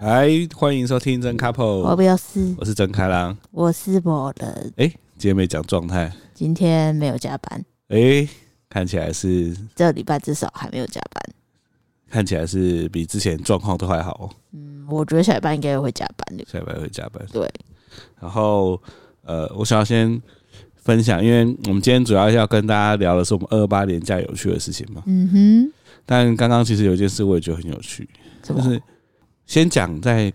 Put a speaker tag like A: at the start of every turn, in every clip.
A: 嗨，欢迎收听真 couple，
B: 我不要是，
A: 我是真开朗。
B: 我是某人，
A: 哎、今天没讲状态，
B: 今天没有加班，
A: 哎、看起来是
B: 这礼拜至少还没有加班。
A: 看起来是比之前状况都还好哦，
B: 嗯，我觉得下礼拜应该会加班的。
A: 下礼拜会加班。
B: 对，
A: 然后呃，我想要先分享，因为我们今天主要要跟大家聊的是我们二八年假有趣的事情嘛。
B: 嗯
A: 但刚刚其实有一件事我也觉得很有趣，
B: 哼，怎
A: 就
B: 么？
A: 是先讲在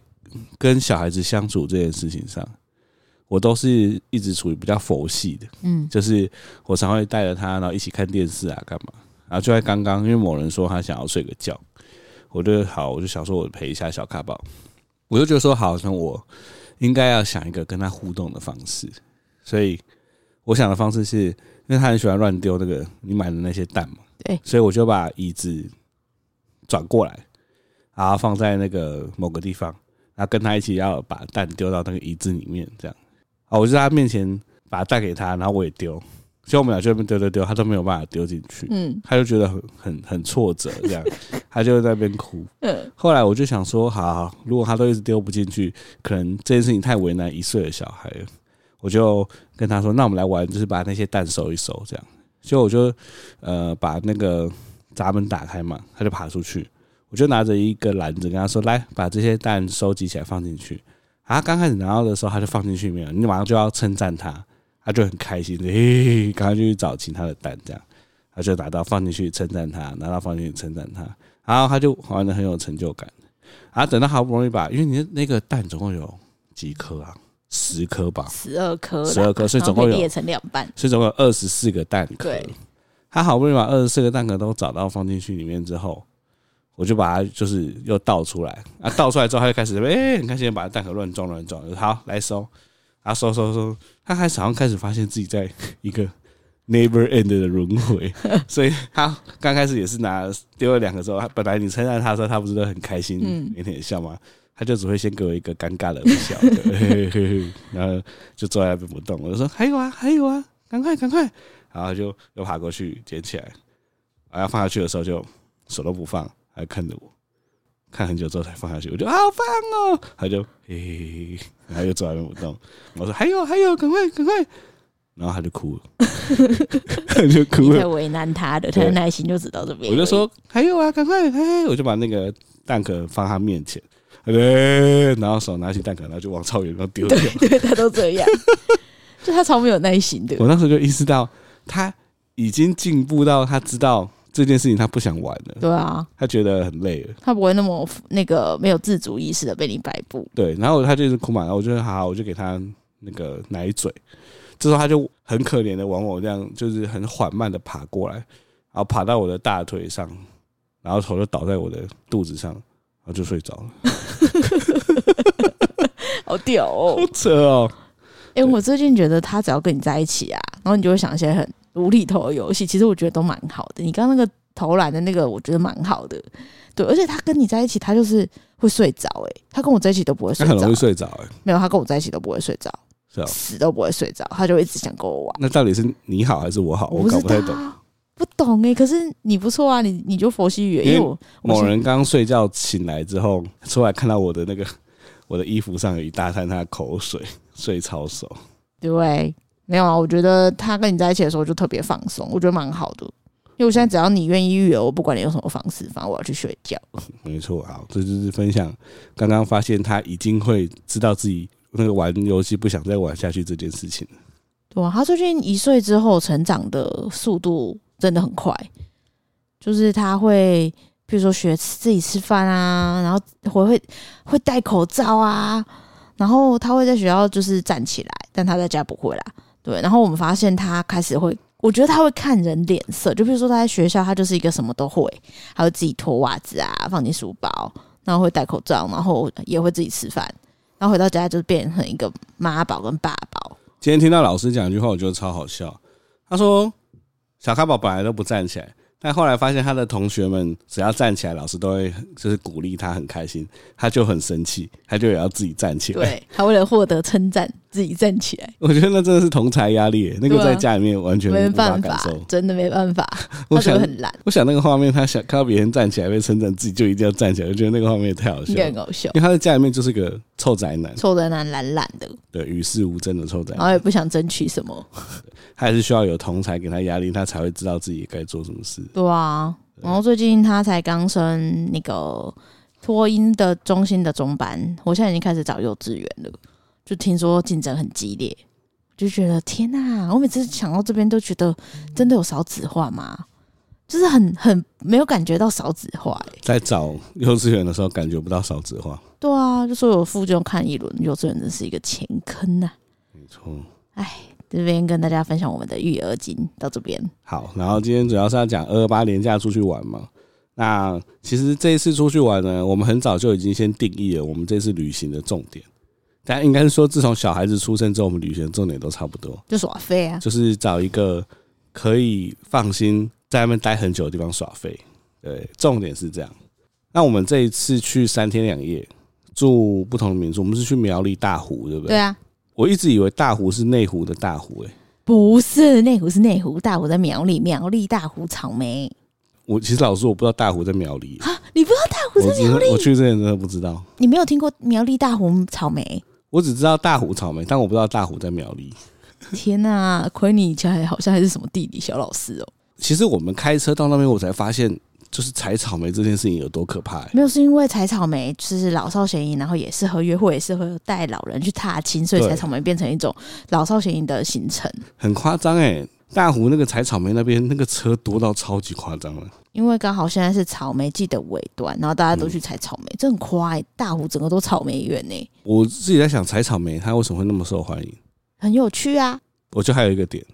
A: 跟小孩子相处这件事情上，我都是一直处于比较佛系的。
B: 嗯
A: 就是我常会带着他，然后一起看电视啊，干嘛？然后就在刚刚，因为某人说他想要睡个觉，我就好，我就想说我陪一下小卡宝，我就觉得说好，像我应该要想一个跟他互动的方式，所以我想的方式是，因为他很喜欢乱丢那个你买的那些蛋嘛，
B: 对
A: 所以我就把椅子转过来，然后放在那个某个地方，然后跟他一起要把蛋丢到那个椅子里面，这样。啊，我就在他面前把蛋给他，然后我也丢，所以我们俩就在那边丢丢丢，他都没有办法丢进去，
B: 嗯
A: 他就觉得很很很挫折，这样， 他就在那边哭。
B: 嗯，
A: 后来我就想说，好好如果他都一直丢不进去，可能这件事情太为难一岁的小孩了。我就跟他说，那我们来玩，就是把那些蛋收一收，这样。所以我就呃把那个闸门打开嘛，他就爬出去。我就拿着一个篮子跟他说，来把这些蛋收集起来放进去。啊，刚开始拿到的时候他就放进去没有，你马上就要称赞他，他就很开心，嘿嘿嘿，赶快就去找其他的蛋这样。他就拿到放进去称赞他，拿到放进去称赞他，然后他就玩的很有成就感。然后等到好不容易把，因为你那个蛋总共有几颗啊？十颗吧，
B: 十二颗啦，
A: 十二颗，所以
B: 然后
A: 总共
B: 被
A: 有
B: 裂成两半。
A: 所以总共有二十四个蛋壳
B: 对。
A: 他好不容易把二十四个蛋壳都找到放进去里面之后，我就把它就是又倒出来。啊，倒出来之后，他就开始哎、很开心把蛋壳乱撞乱撞。就好，来收，啊，收收收。他开始好像开始发现自己在一个 never end 的轮回，所以他刚开始也是拿丢了两个之后，他本来你称赞他的时候，他不是都很开心、
B: 嗯
A: 腼腆地笑吗？他就只会先给我一个尴尬的微笑，对嘿嘿嘿嘿然后就坐在那边不动。我就说还有啊，还有啊，赶快赶快！然后就又爬过去捡起来，然后放下去的时候就手都不放，还看着我，看很久之后才放下去。我就好棒哦！他就嘿嘿嘿嘿，然后又坐在那边不动。我说还有还有，赶快赶快！然后他就哭了， 他就
B: 你
A: 哭了
B: 在。为难他的，他的
A: 对
B: 耐心就只到这边。
A: 我就，说还有啊，赶快，嘿，我就把那个蛋壳放他面前，对，然后手拿起蛋壳，然后就往超远方丢掉。
B: 对他都这 样，就他超没有耐心的。
A: 我那时候就意识到，他已经进步到他知道这件事情他不想玩了，
B: 对啊，
A: 他觉得很累了。
B: 他不会那么那个没有自主意识的被你摆 布。
A: 对，然后他就是哭嘛，然后我就好好，我就给他那个奶嘴。这时候他就很可怜的往我这样，就是很缓慢的爬过来，然后爬到我的大腿上，然后头就倒在我的肚子上，然后就睡着了。
B: 好屌哦！
A: 好扯哦！
B: 哎、
A: 对
B: 我最近觉得他只要跟你在一起啊，然后你就会想一些很无厘头的游戏，其实我觉得都蛮好的。你刚刚那个投篮的那个，我觉得蛮好的，对。而且他跟你在一起，他就是会睡着，哎，他跟我在一起都不会
A: 他
B: 睡
A: 很
B: 着
A: 容易，睡着、欸，
B: 没有，他跟我在一起都不会睡着，
A: 是哦。
B: 死都不会睡着，他就一直想跟我玩。
A: 那到底是你好还是我好？哦我
B: 不
A: 搞
B: 知
A: 不
B: 道
A: 太
B: 啊，
A: 懂。
B: 不懂哎、可是你不错啊，你你就佛系语言，因
A: 因为
B: 为我我
A: 某
B: 是
A: 人刚睡觉醒来之后，出来看到我的那个我的衣服上有一大滩他的口水， 睡超熟。
B: 对，没有啊，我觉得他跟你在一起的时候就特别放松，我觉得蛮好的。因为我现在只要你愿意育儿，我不管你用什么方式，反正我要去睡觉。
A: 没错，好，这就是分享。刚刚发现他已经会知道自己那个玩游戏不想再玩下去这件事情了。
B: 对啊，他最近一岁之后成长的速度真的很快，就是他会，比如说学吃自己吃饭啊，然后会会会戴口罩啊，然后他会在学校就是站起来，但他在家不会啦。对，然后我们发现他开始会，我觉得他会看人脸色，就比如说他在学校，他就是一个什么都会，还会自己脱袜子啊，放进书包，然后会戴口罩，然后也会自己吃饭，然后回到家就变成一个妈宝跟爸宝。
A: 今天听到老师讲一句话，我觉得超好笑。他说：“小咖宝本来都不站起来，但后来发现他的同学们只要站起来，老师都会就是鼓励他，很开心，他就很生气，他就也要自己站起来。”
B: 对，他为了获得称赞，自己站起来，
A: 我觉得那真的是同才压力耶，那个
B: 对啊
A: 在家里面完全
B: 没
A: 无法
B: 办
A: 感
B: 法
A: 受，。
B: 真的没办法，
A: 我
B: 他觉
A: 想
B: 得，很懒，
A: 我想那个画面，他想看到别人站起来被称赞，自己就一定要站起来，我觉得那个画面也太好笑
B: 应
A: 了。
B: 该
A: 因
B: 很搞笑，
A: 为他在家里面就是个臭宅男，
B: 臭的男懒懒的，
A: 对，与世无争的臭宅
B: 然
A: 男，
B: 后也不想争取什么，
A: 他还是需要有同才给他压力，他才会知道自己该做什么事。
B: 对啊。然后最近他才刚升那个托婴的中心的中班，我现在已经开始找幼稚园了，就听说竞争很激烈，就觉得天呐，我每次想到这边都觉得真的有少子化吗？就是很很没有感觉到少子化、欸，
A: 在找幼稚园的时候，感觉不到少子化，
B: 对啊，就说我附近看一轮幼稚园，真是一个钱坑呐、
A: 没错。
B: 这边跟大家分享我们的育儿经到这边，
A: 好，然后今天主要是要讲二二八年假出去玩嘛。那其实这一次出去玩呢，我们很早就已经先定义了我们这次旅行的重点。大家应该是说，自从小孩子出生之后，我们旅行的重点都差不多，
B: 就耍废啊，
A: 就是找一个可以放心在那边待很久的地方耍废。对，重点是这样。那我们这一次去三天两夜，住不同的民宿，我们是去苗栗大湖，对不对？
B: 对啊，
A: 我一直以为大湖是内湖的大湖、欸，
B: 不是内湖是内湖，大湖在苗栗，苗栗大湖草莓。
A: 我其实老实说，我不知道大湖在苗栗、
B: 啊，你 不知道大湖
A: 我
B: 是
A: 只
B: 苗栗？
A: 我去之前真的不知道，
B: 你没有听过苗栗大湖草莓？
A: 我只知道大湖草莓，但我不知道大湖在苗栗。
B: 天呐，亏你以前还好像还是什么地理小老师哦、
A: 其实我们开车到那边，我才发现，就是采草莓这件事情有多可怕、欸。
B: 没有，是因为采草莓就是老少咸宜，然后也适合约会，也适合带老人去踏青，所以
A: 对
B: 采草莓变成一种老少咸宜的行程。
A: 很夸张哎！大湖那个采草莓那边那个车多到超级夸张了，
B: 因为刚好现在是草莓季的尾端，然后大家都
A: 嗯
B: 去采草莓，这很快，大湖整个都草莓园呢、
A: 我自己在想采草莓它为什么会那么受欢迎？
B: 很有趣啊，
A: 我觉得还有一个点，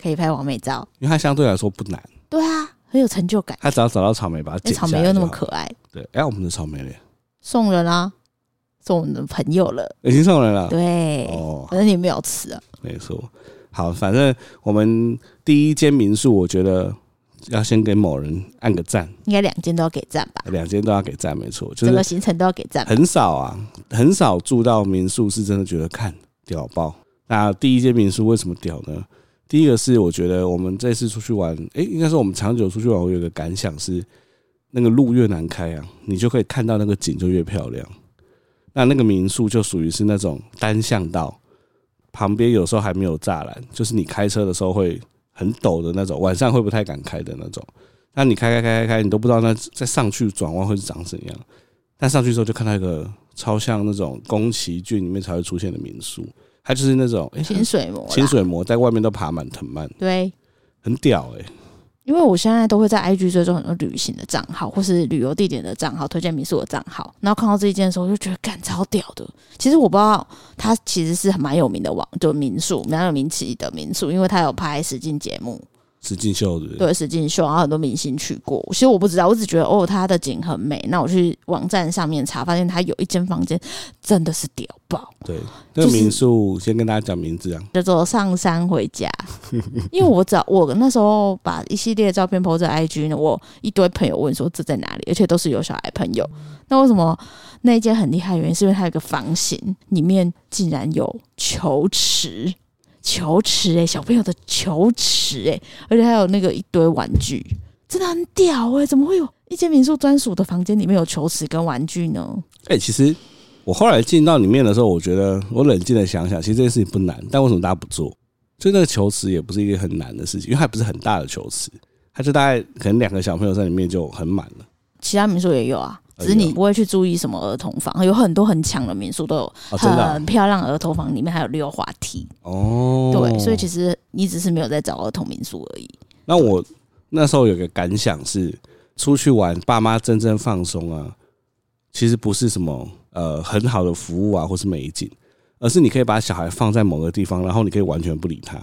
B: 可以拍完美照。
A: 因为它相对来说不难，
B: 对啊，很有成就感。
A: 它只要找到草莓把它
B: 那
A: 剪
B: 哎草
A: 下
B: 莓
A: 来
B: 又
A: 就
B: 那么
A: 好
B: 可爱，
A: 对，哎、我们的草莓嘞，
B: 送人啦、送我们的朋友了。
A: 已经送人了。
B: 对，
A: 啊哦，
B: 反正你没有吃啊。
A: 没错。好，反正我们第一间民宿，我觉得要先给某人按个赞，
B: 应该两间都要给赞吧，
A: 两间都要给赞，没错，就
B: 整个
A: 是
B: 行程都要给赞吧。
A: 很少啊，很少住到民宿是真的觉得看屌爆。那第一间民宿为什么屌呢？第一个是我觉得我们这次出去玩，诶、应该说我们长久出去玩，我有个感想是，那个路越难开啊，你就可以看到那个景就越漂亮。那那个民宿就属于是那种单向道，旁边有时候还没有栅栏，就是你开车的时候会很陡的那种，晚上会不太敢开的那种。那你开开开开开，你都不知道那再上去转弯会是长怎样。但上去之后就看到一个超像那种宫崎骏里面才会出现的民宿，它就是那种诶它
B: 清水模啦，
A: 清水模在外面都爬满藤蔓，
B: 对，
A: 很屌哎、
B: 因为我现在都会在 IG 追踪很多旅行的账号，或是旅游地点的账号、推荐民宿的账号，然后看到这一件的时候，我就觉得干超屌的。其实我不知道它其实是很蛮有名的网，就民宿蛮有名气的民宿，因为它有拍实境节目，
A: 石进秀的，
B: 对实境秀，然后很多明星去过。其实我不知道，我只觉得哦，它的景很美。那我去网站上面查，发现它有一间房间真的是屌爆，
A: 对，那个
B: 就是
A: 民宿先跟大家讲名字啊，
B: 叫做上山回家，因为我找我那时候把一系列照片 po 在 IG 呢，我一堆朋友问说这在哪里，而且都是有小孩朋友。那为什么那一间很厉害？的原因是因为它有一个房型，里面竟然有球池，球池诶、小朋友的球池诶、而且还有那个一堆玩具，真的很屌诶、怎么会有一间民宿专属的房间里面有球池跟玩具呢？
A: 哎、其实我后来进到里面的时候，我觉得我冷静的想想，其实这件事情不难，但为什么大家不做？就那个球池也不是一个很难的事情，因为它不是很大的球池，它就大概可能两个小朋友在里面就很满了。
B: 其他民宿也有啊，只是
A: 哎
B: 你
A: 呦
B: 不会去注意什么儿童房，有很多很强的民宿都有
A: 哦，真的啊、
B: 很漂亮的儿童房，里面还有溜滑梯。
A: 哦，
B: 对，所以其实你只是没有在找儿童民宿而已。
A: 那我那时候有个感想是，出去玩，爸妈真正放松啊，其实不是什么呃很好的服务啊，或是美景，而是你可以把小孩放在某个地方，然后你可以完全不理他，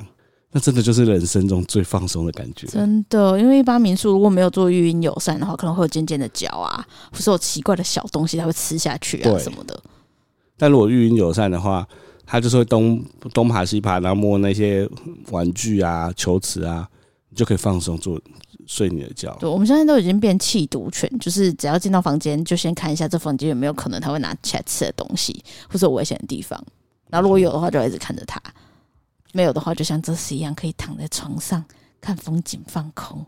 A: 那真的就是人生中最放松的感觉。
B: 真的，因为一般民宿如果没有做育婴友善的话，可能会有尖尖的脚啊，或是有奇怪的小东西，它会吃下去啊
A: 对
B: 什么的。
A: 但如果育婴友善的话，他就是会东东爬西爬，然后摸那些玩具啊、球池啊，你就可以放松做睡你的觉。
B: 对，我们现在都已经变弃毒犬，就是只要进到房间就先看一下这房间有没有可能他会拿起来吃的东西，或者有危险的地方。然后如果有的话，就要一直看着他；没有的话，就像这次一样，可以躺在床上看风景、放空。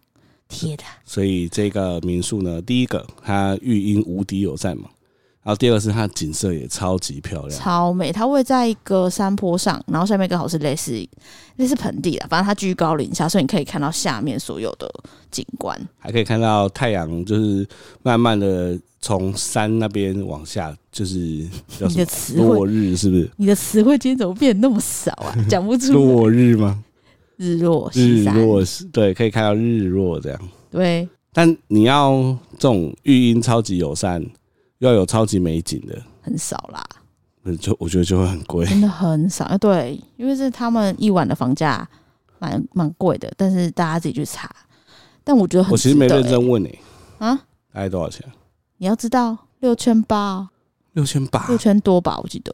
B: 贴的，
A: 所以这个民宿呢，第一个它育婴无敌有赞嘛，然后第二个是它景色也超级漂亮，
B: 超美。它位在一个山坡上，然后下面刚好是类似类似盆地啦，反正它居高临下，所以你可以看到下面所有的景观。
A: 还可以看到太阳就是慢慢的从山那边往下，就是叫什
B: 你
A: 么
B: 的词汇，
A: 落日是不是？
B: 你的词汇今天怎么变得那么少 啊？讲不出
A: 落日吗？
B: 日落西
A: 日
B: 山，
A: 落是对，可以看到日落这样。
B: 对，
A: 但你要这种育婴超级友善，又要有超级美景的，
B: 很少啦，
A: 那就我觉得就会很 贵。
B: 真的很少。啊对，因为是他们一晚的房价蛮蛮贵的，但是大家自己去查。但我觉得很
A: 我其实没
B: 值得
A: 认真问诶、
B: 欸啊，
A: 大概多少钱？
B: 你要知道六千八哦，
A: 六千八
B: 六！千多吧，我记得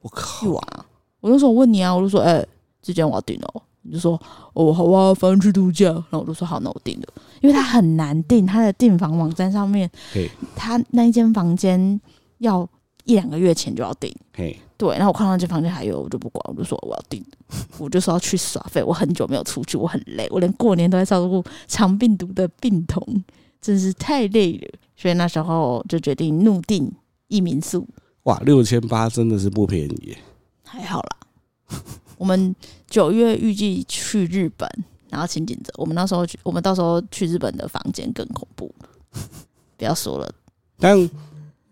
A: 我
B: 一
A: 靠！
B: 晚啊。我那时候问你啊，我就说，哎、这间我要订哦。你就说哦，好啊，反正去度假。然后我就说好，那我订了，因为它很难订，它的订房网站上面
A: 嘿，
B: 它那一间房间要一两个月前就要订。
A: 嘿，
B: 对，然后我看到那间房间还有，我就不管，我就说我要订，我就说要去耍废。我很久没有出去，我很累，我连过年都在照顾肠病毒的病童，真是太累了。所以那时候就决定怒订一民宿，
A: 哇，六千八真的是不便宜耶。
B: 还好啦。我们九月预计去日本，然后请紧着，我们那时候去，我们到时候去日本的房间更恐怖，不要说了。
A: 但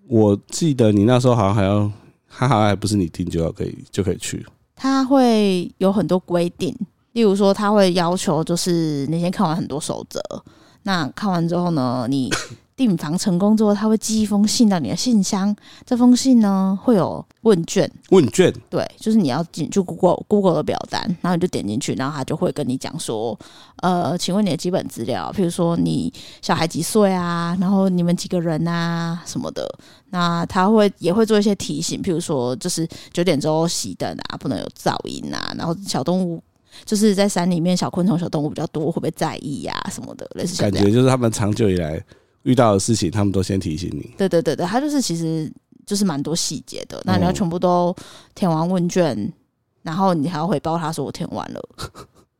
A: 我记得你那时候好像还要，他好像还不是你订就要可以就可以去。
B: 他会有很多规定，例如说他会要求就是你先看完很多守则，那看完之后呢，你订房成功之后，他会寄一封信到你的信箱，这封信呢会有问卷，
A: 问卷
B: 对，就是你要进去 Google Google 的表单，然后你就点进去，然后他就会跟你讲说，呃，请问你的基本资料，譬如说你小孩几岁啊，然后你们几个人啊什么的。那他会也会做一些提醒，譬如说就是九点之后熄灯啊，不能有噪音啊，然后小动物就是在山里面小昆虫、小动物比较多，会不会在意呀、什么的，类似像
A: 感
B: 这样。
A: 觉就是他们长久以来遇到的事情，他们都先提醒你。
B: 对对对对，他就是其实就是蛮多细节的，那你要
A: 嗯
B: 全部都填完问卷，然后你还要回报他说我填 完了，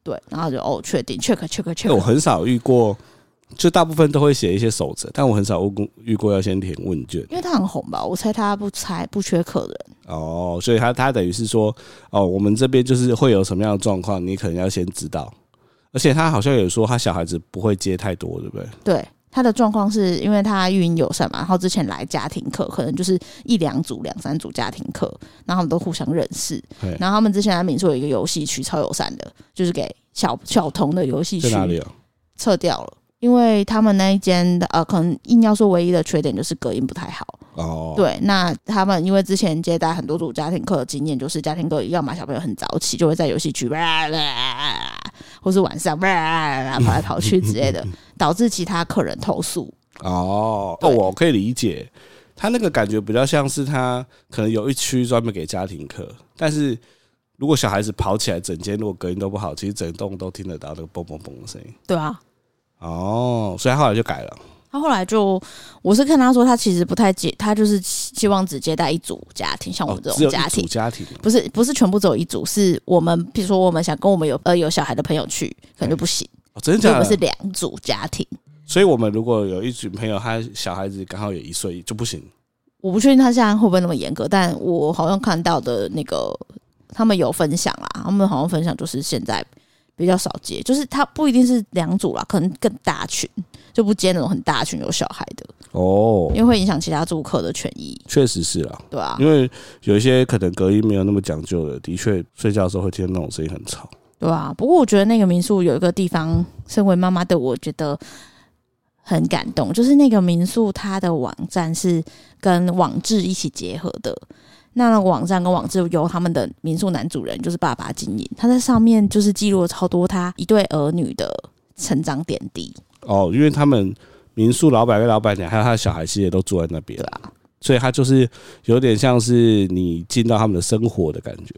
B: 对，然后就哦确定 check check
A: 因哎为我
B: check，
A: 很少遇过，就大部分都会写一些守则，但我很少遇过遇过要先填问卷
B: 因为他很红吧，我猜他不猜不缺客人，
A: 哦，所以他他等于是说，哦，我们这边就是会有什么样的状况，你可能要先知道。而且他好像有说，他小孩子不会接太多，对不对？
B: 对。他的状况是因为他育婴友善嘛，然后之前来家庭课，可能就是一两组、两三组家庭课，然后他们都互相认识
A: 嘿。
B: 然后他们之前在民宿有一个游戏区，超友善的，就是给小小童的游戏
A: 在
B: 区。
A: 哪里啊有？
B: 撤掉了，因为他们那一间的呃，可能硬要说唯一的缺点就是隔音不太好。
A: 哦，
B: 对，那他们因为之前接待很多组家庭课的经验，就是家庭课要么小朋友很早起，就会在游戏区 哇哇哇，或是晚上哇 哇哇跑来跑去之 类的，导致其他客人投诉。
A: 哦，哦，
B: 对
A: 我可以理解，他那个感觉比较像是他可能有一区专门给家庭课，但是如果小孩子跑起来，整间如果隔音都不好，其实整栋都听得到那个嘣嘣嘣的声音。
B: 对啊，
A: 哦，所以他后来就改了。
B: 他后来就，我是看他说他其实不太接，他就是希望只接待一组家庭，像我
A: 哦
B: 们，这
A: 只有
B: 种
A: 一
B: 家庭
A: 组，家庭，哦
B: 不是不是全部只有一组，是我们比如说我们想跟我们有呃有小孩的朋友去，可能就不行。
A: 哦，真的
B: 所以我
A: 假
B: 们是
A: 的？
B: 两组家庭。
A: 所以我们如果有一群朋友，他小孩子刚好有一岁就不行。
B: 我不确定他现在会不会那么严格，但我好像看到的那个他们有分享啦，他们好像分享就是现在比较少接，就是他不一定是两组啦，可能更大群就不接那种很大群有小孩的，
A: 哦
B: 因为会影响其他住客的权益，
A: 确实是啊，
B: 对啊，
A: 因为有一些可能隔音没有那么讲究的，的确睡觉的时候会听到那种声音很吵。
B: 对啊。不过我觉得那个民宿有一个地方，身为妈妈的我觉得。很感动，就是那个民宿，它的网站是跟网志一起结合的。那那个网站跟网志由他们的民宿男主人就是爸爸经营，他在上面就是记录了超多他一对儿女的成长点滴，
A: 哦，因为他们民宿老板跟老板娘还有他的小孩，其实也都住在那边
B: 对，啊，
A: 所以他就是有点像是你进到他们的生活的感觉，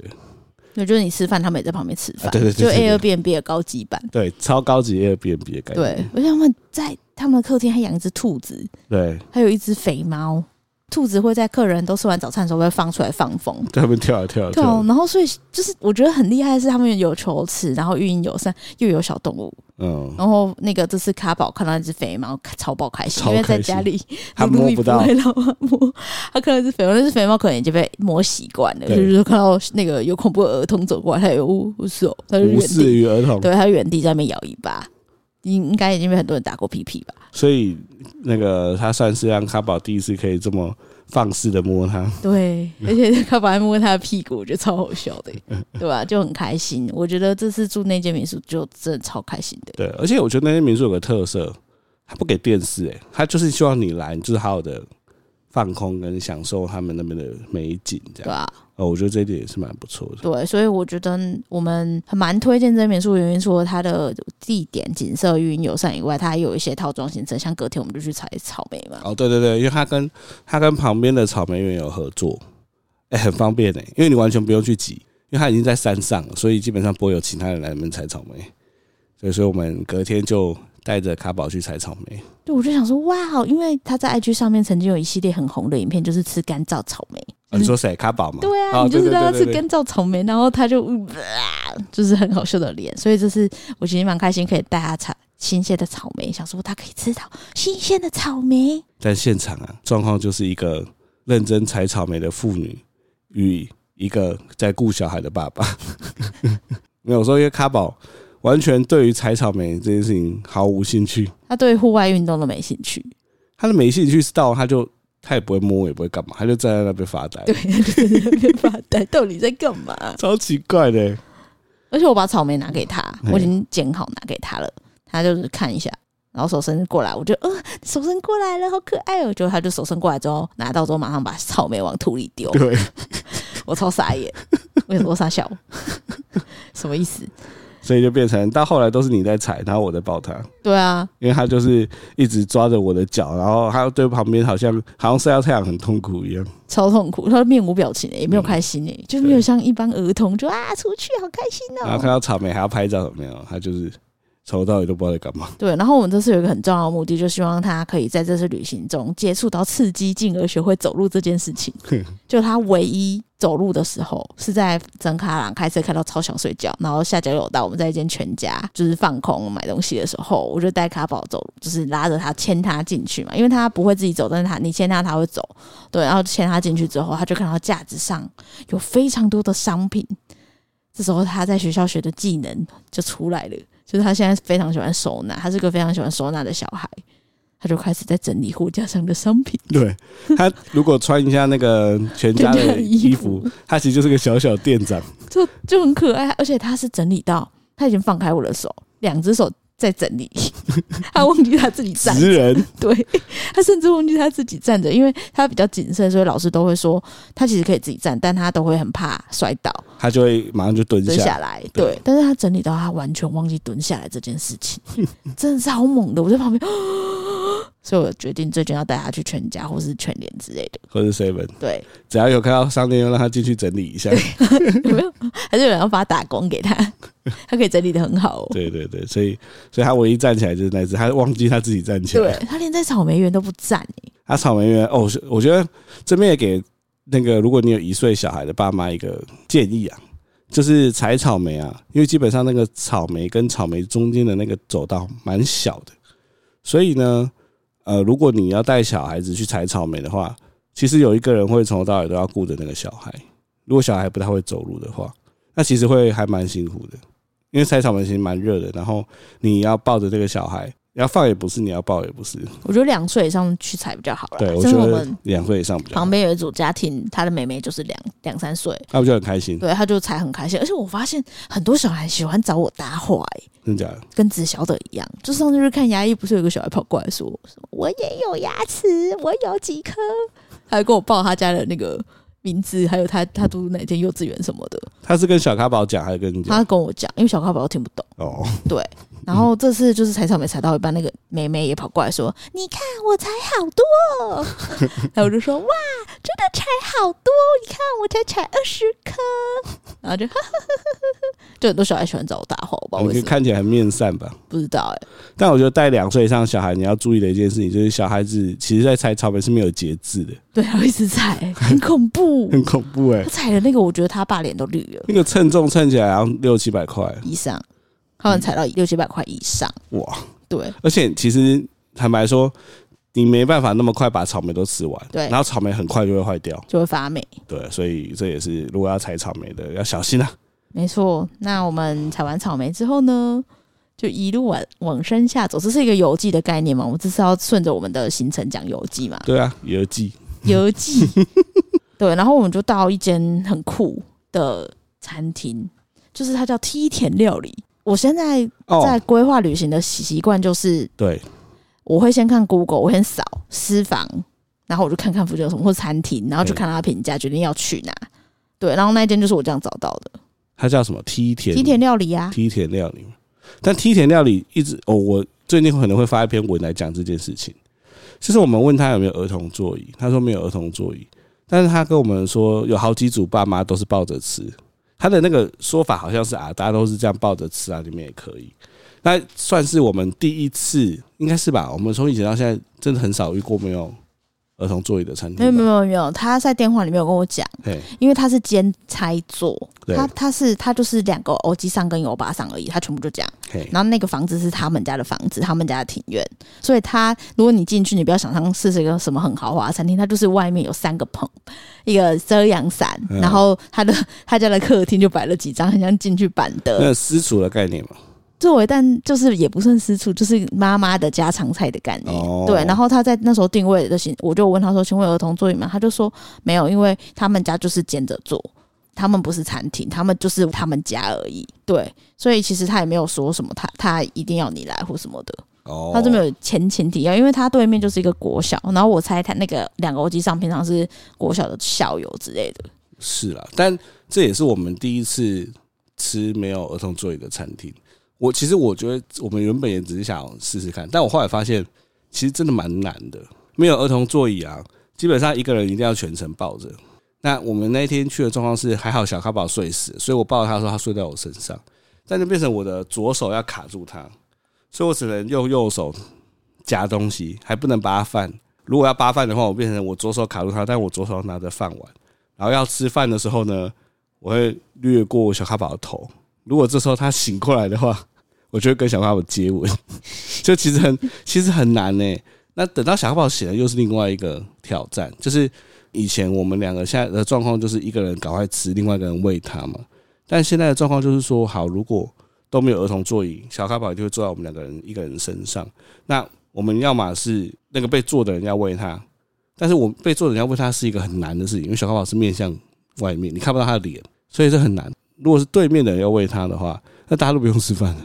B: 那就是你吃饭，他们也在旁边吃饭，
A: 啊对对对对
B: 就 Airbnb 的高级版。
A: 对，超高级 Airbnb 的感觉，
B: 对，而且他们在他们的客厅还养一只兔子，
A: 对
B: 还有一只肥猫，兔子会在客人都吃完早餐的时候会放出来放风。
A: 在那边跳来跳来啊
B: 对
A: 跳
B: 哦，
A: 来，
B: 然后所以就是我觉得很厉害的是他们有球池，然后育婴友善，又有小动物。
A: 嗯，
B: 然后那个这次卡宝看到一只肥猫，超爆开心，
A: 超
B: 因为在
A: 开心
B: 家里
A: 他
B: 露露
A: 摸
B: 也
A: 不到
B: 会，让它摸，它看到一只肥猫，那只肥猫可能已经被摸习惯了，就
A: 对
B: 是看到那个有恐怖的儿童走过来，它也无无所，它就
A: 无
B: 原
A: 视
B: 地，
A: 于儿童。
B: 对，它原地在那边摇尾巴。应应该已经被很多人打过屁屁吧？
A: 所以那个他算是让卡宝第一次可以这么放肆的摸他，
B: 对，而且卡宝还摸它的屁股，我觉得超好笑的，对吧、就很开心。我觉得这次住那间民宿就真的超开心的。
A: 对，而且我觉得那些民宿有个特色，他不给电视、欸，他就是希望你来，你就是好好的放空跟享受他们那边的美景，这
B: 对
A: 样。
B: 啊，
A: 哦，我觉得这一点也是蛮不错的。
B: 对，啊所以我觉得我们很蛮推荐这民宿，原因除了它的地点景色育婴友善以外，它还有一些套装行程，像隔天我们就去采草莓嘛。
A: 哦，对对对，因为他跟他跟旁边的草莓园有合作，哎、很方便哎、因为你完全不用去挤，因为他已经在山上了，所以基本上不会有其他人来那边采草莓。所以，所以我们隔天就带着卡宝去采草莓。
B: 对，我就想说，哇，哦因为他在 IG 上面曾经有一系列很红的影片，就是吃干燥草莓。
A: 啊、你说谁？卡宝嘛？
B: 嗯对啊，
A: 哦
B: 你就知道他
A: 对对
B: 吃
A: 对对
B: 干燥草莓，然后他就、嗯啊就是很好笑的脸，所以这次我其实蛮开心，可以带他采新鲜的草莓，想说他可以吃到新鲜的草莓。
A: 但现场啊，状况就是一个认真采草莓的妇女与一个在顾小孩的爸 爸。没有我说，因为卡宝完全对于采草莓这件事情毫无兴趣，
B: 他对户外运动都没兴趣，
A: 他的没兴趣是到他就他也不会摸，也不会干嘛，他就站在那边发呆，
B: 对，就是在那边发呆，到底在干嘛？
A: 超奇怪的、
B: 而且我把草莓拿给他，
A: 嗯
B: 我已经剪好拿给他了，他就是看一下，然后手伸过来，我就呃手伸过来了，好可爱哦、结果他就手伸过来之后，拿到之后马上把草莓往土里丢，
A: 对，
B: 我超傻眼，我想说傻笑，什么意思？
A: 所以就变成到后来都是你在踩，然后我在抱他，
B: 对啊，
A: 因为他就是一直抓着我的脚，然后他对旁边好像好像晒到太阳很痛苦一样。
B: 超痛苦，他面无表情、欸，也没有开心、欸，就没有
A: 对啊
B: 像一般儿童就啊出去好开心
A: 然后
B: 哦、
A: 看到草莓还要拍照，有没有？他就是从头到尾都不知道在干嘛。
B: 对，然后我们这次有一个很重要的目的，就希望他可以在这次旅行中接触到刺激，进而学会走路这件事情。 就他唯一走路的时候是在整卡朗开车开到超想睡觉，然后下交流道我们在一间全家就是放空买东西的时候，我就带卡宝走，就是拉着他牵他进去嘛，因为他不会自己走，但是他你牵他他会走，对，然后牵他进去之后，他就看到架子上有非常多的商品，这时候他在学校学的技能就出来了，就是他现在非常喜欢收纳，他是个非常喜欢收纳的小孩。他就开始在整理货架上的商品，
A: 对他如果穿一下那个全家
B: 全家
A: 的
B: 的
A: 衣
B: 衣
A: 服
B: 服，
A: 他其实就是个小小店长。
B: 就就很可爱，而且他是整理到他已经放开我的手，两只手在整理， 他忘记他自己站
A: 直人，
B: 对他甚至忘记他自己站着，因为他比较谨慎，所以老师都会说他其实可以自己站，但他都会很怕摔倒
A: 他就会马上就蹲
B: 蹲
A: 下。
B: 下来。
A: 对
B: 对，但是他整理到他完全忘记蹲下来这件事情， 真的是好猛的，我在旁边。 所以我决定最近要带他去全家或是全联之类的，
A: 或者 seven，
B: 对，
A: 只要有看到商店，就让他进去整理一下。
B: 有没有？还是有人要把他打工给他， 他可以整理的很好哦。
A: 对对对，所以所以他唯一站起来就是那只，他忘记他自己站起来。
B: 他连在草莓园都不站、欸，
A: 他草莓园哦，我是我觉得这边也给那个如果你有一岁小孩的爸妈一个建议啊，就是采草莓啊，因为基本上那个草莓跟草莓中间的那个走道蛮小的，所以呢，呃，如果你要带小孩子去采草莓的话，其实有一个人会从头到尾都要顾着那个小孩。如果小孩不太会走路的话，那其实会还蛮辛苦的，因为采草莓其实蛮热的，然后你要抱着这个小孩，要放也不是，你要抱也不是，
B: 我觉得两岁以上去采比较好了。
A: 对，我
B: 像
A: 觉
B: 我
A: 得
B: 们
A: 两岁以上比较好
B: 旁，边有一组家庭，他的妹妹就是两两三岁，
A: 那我就很开心，
B: 对，他就采很开心。而且我发现很多小孩喜欢找我搭话、欸，
A: 真假的？
B: 跟子小的一样。就上次去看牙医，不是有一个小孩跑过来说：“我也有牙齿，我有几颗。”还跟我报他家的那个名字，还有他他读哪间幼稚园什么的。
A: 他是跟小咖宝讲，还是跟你讲？
B: 他跟我讲，因为小咖宝都听不懂。
A: 哦，
B: 然后这次就是踩草莓踩到一半，那个妹妹也跑过来说：“你看我踩好多哦。”然后我就说：“哇，真的踩好多！你看我才踩二十颗。”然后就哈哈哈哈哈，就很多小孩喜欢找我搭话，我不知道
A: 你
B: 为
A: 就
B: 什么，
A: 看起来很面善吧？
B: 不知道哎、
A: 但我觉得带两岁以上小孩，你要注意的一件事情就是，小孩子其实在踩草莓是没有节制的，
B: 对，然后一直踩，很恐怖。
A: 很恐怖 哎、
B: 他踩的那个，我觉得他爸脸都绿了
A: 那个称重称起来好像六七百块，
B: 以上，他们踩到六七百块以上，
A: 哇！
B: 对
A: 而且其实坦白说，你没办法那么快把草莓都吃完，
B: 对
A: 然后草莓很快就会坏掉，
B: 就会发霉。
A: 对，所以这也是如果要采草莓的要小心啊。
B: 没错，那我们采完草莓之后呢，就一路往往山下走，这是一个游记的概念嘛？我们这是要顺着我们的行程讲游记嘛？
A: 对啊，也有记
B: 游记，对，然后我们就到一间很酷的餐厅，就是它叫梯田料理。我现在在
A: 哦，
B: 规划旅行的习习惯就是，
A: 对，
B: 我会先看 Google，我先扫私房，然后我就看看附近有什么或餐厅，然后就看它的评价，决定要去哪。对，然后那一间就是我这样找到的
A: 它叫什么？梯田
B: 梯田料理啊，
A: 梯田料理嘛。但梯田料理一直哦，我最近可能会发一篇文来讲这件事情。就是我们问他有没有儿童座椅，他说没有儿童座椅，但是他跟我们说有好几组爸妈都是抱着吃。他的那个说法好像是啊，大家都是这样抱着吃啊，你们也可以。那算是我们第一次，应该是吧？我们从以前到现在，真的很少遇过没有儿童座椅的餐厅吧。
B: 没有没有没有没有，他在电话里面有跟我讲，
A: 嘿，
B: 因为他是兼差做，
A: 对
B: 他他是他就是两个欧吉桑跟欧巴桑而已，他全部就这样。
A: 嘿，
B: 然后那个房子是他们家的房子，他们家的庭院，所以他如果你进去，你不要想象是一个什么很豪华的餐厅，它就是外面有三个棚，一个遮阳伞，
A: 嗯
B: 然后他的 他家的客厅就摆了几张很像进去版的
A: 那私厨的概念嘛，
B: 作为，但就是也不算私厨，就是妈妈的家常菜的概念。
A: 哦
B: 对，然后他在那时候定位的行，我就问他说：“请问有儿童座椅吗？”他就说：“没有，因为他们家就是兼着做，他们不是餐厅，他们就是他们家而已。”对，所以其实他也没有说什么他，他一定要你来或什么的，
A: 哦，
B: 他这边有前前提要，因为他对面就是一个国小，然后我猜他那个两个欧机上平常是国小的校友之类的。
A: 是啦，但这也是我们第一次吃没有儿童座椅的餐厅。我其实我觉得我们原本也只是想试试看，但我后来发现其实真的蛮难的。没有儿童座椅啊，基本上一个人一定要全程抱着。那我们那一天去的状况是，还好小咖宝睡死，所以我抱着他的时候，他睡在我身上，但就变成我的左手要卡住他，所以我只能用右手夹东西，还不能扒饭。如果要扒饭的话，我变成我左手卡住他，但我左手拿着饭碗。然后要吃饭的时候呢，我会略过小咖宝的头。如果这时候他醒过来的话， 我就会跟小咖宝接吻。 就其实很其实很难呢、那等到小咖宝醒了，又是另外一个挑战。就是以前我们两个现在的状况，就是一个人赶快吃，另外一个人喂他嘛。但现在的状况就是说，好，如果都没有儿童座椅，小咖宝就会坐在我们两个人一个人身上。那我们要么是那个被坐的人要喂他，但是我被做人要问他是一个很难的事情，因为小咖宝是面向外面，你看不到他的脸，所以这很难。如果是对面的人要喂他的话，那大家都不用吃饭了。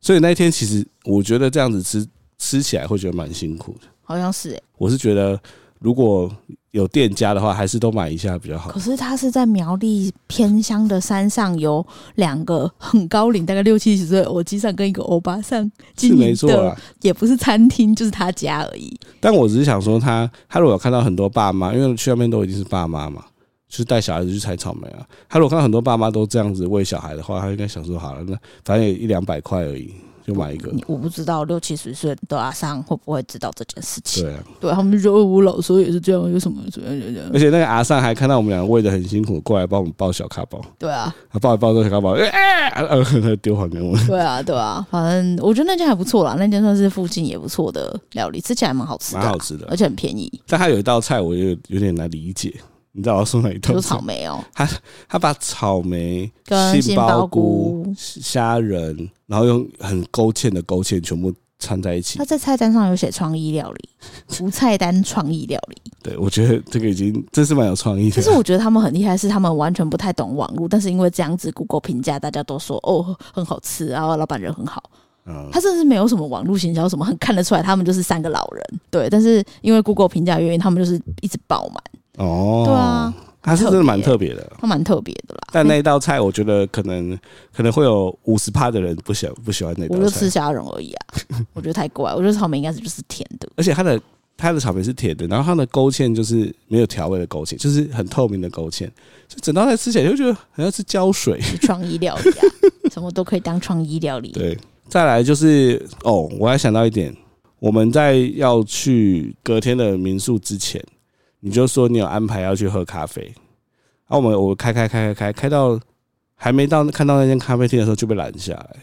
A: 所以那一天其实我觉得这样子吃吃起来会觉得蛮辛苦的。
B: 好像是诶、欸
A: 我是觉得如果有店家的话，还是都买一下比较好
B: 可。是他是在苗栗偏乡的山上，有两个很高龄，大概六七十岁的欧机上跟一个欧巴上
A: 是
B: 经营
A: 没错啊
B: 的，
A: 啦，
B: 也不是餐厅，就是他家而已。
A: 但我只是想说他，他如果有看到很多爸妈，因为去那边都一定是爸妈嘛，就是带小孩子去采草莓啊。他如果看到很多爸妈都这样子喂小孩的话，他应该想说好了，那反正也一两百块而已，就买一个。
B: 你我不知道六七十岁的阿桑会不会知道这件事情。
A: 对啊，
B: 对他们就说哦我老时候也是这样，有什么怎么样怎么
A: 而
B: 样？
A: 且那个阿善还看到我们两个喂的很辛苦，过来帮我们抱小卡包，
B: 对 啊，
A: 他抱一抱这小卡包，哎、哎啊啊他丢还给我 们。
B: 对啊，对啊，反正我觉得那间还不错啦，那间算是附近也不错的料理，吃起来蛮好吃的
A: 蛮
B: 啊、
A: 好吃的
B: 而且很便宜，
A: 但他有一道菜，我有有点难理解，你知道我要说哪一道
B: 有
A: 菜
B: 草？莓哦、
A: 他把草莓、
B: 跟
A: 杏
B: 杏鲍
A: 菇、
B: 菇。
A: 虾仁，然后用很勾芡的勾芡全部掺在一起
B: 他。在菜单上有写创意料理，无菜单创意料理。
A: 对，我觉得这个已经真是蛮有创意的
B: 但 是。我觉得他们很厉害，是他们完全不太懂网络，但是因为这样子 Google 评价，大家都说哦很好吃，然后老板人很好。
A: 嗯，
B: 他甚至没有什么网络行销什么，很看得出来他们就是三个老人。对，但是因为 Google 评价的原因，他们就是一直爆满。
A: 哦，
B: 对啊，
A: 它是真的蛮
B: 特
A: 特别的。
B: 它蛮特别的啦。
A: 但那一道菜，我觉得可能可能会有五十趴的人不喜不喜欢那
B: 我就
A: 道菜，
B: 吃虾仁而已 啊，我觉得太怪。我觉得草莓应该是就是甜的，
A: 而且它的它的草莓是甜的，然后它的勾芡就是没有调味的勾芡，就是很透明的勾芡，所以整道菜吃起来就觉得好像是胶水。
B: 是创意料理啊， 什么都可以当创意料理。
A: 对，再来就是哦，我还想到一点，我们在要去隔天的民宿之前，你就说你有安排要去喝咖啡，啊，我们我开开开开开开到还没到看到那间咖啡厅的时候就被拦下来，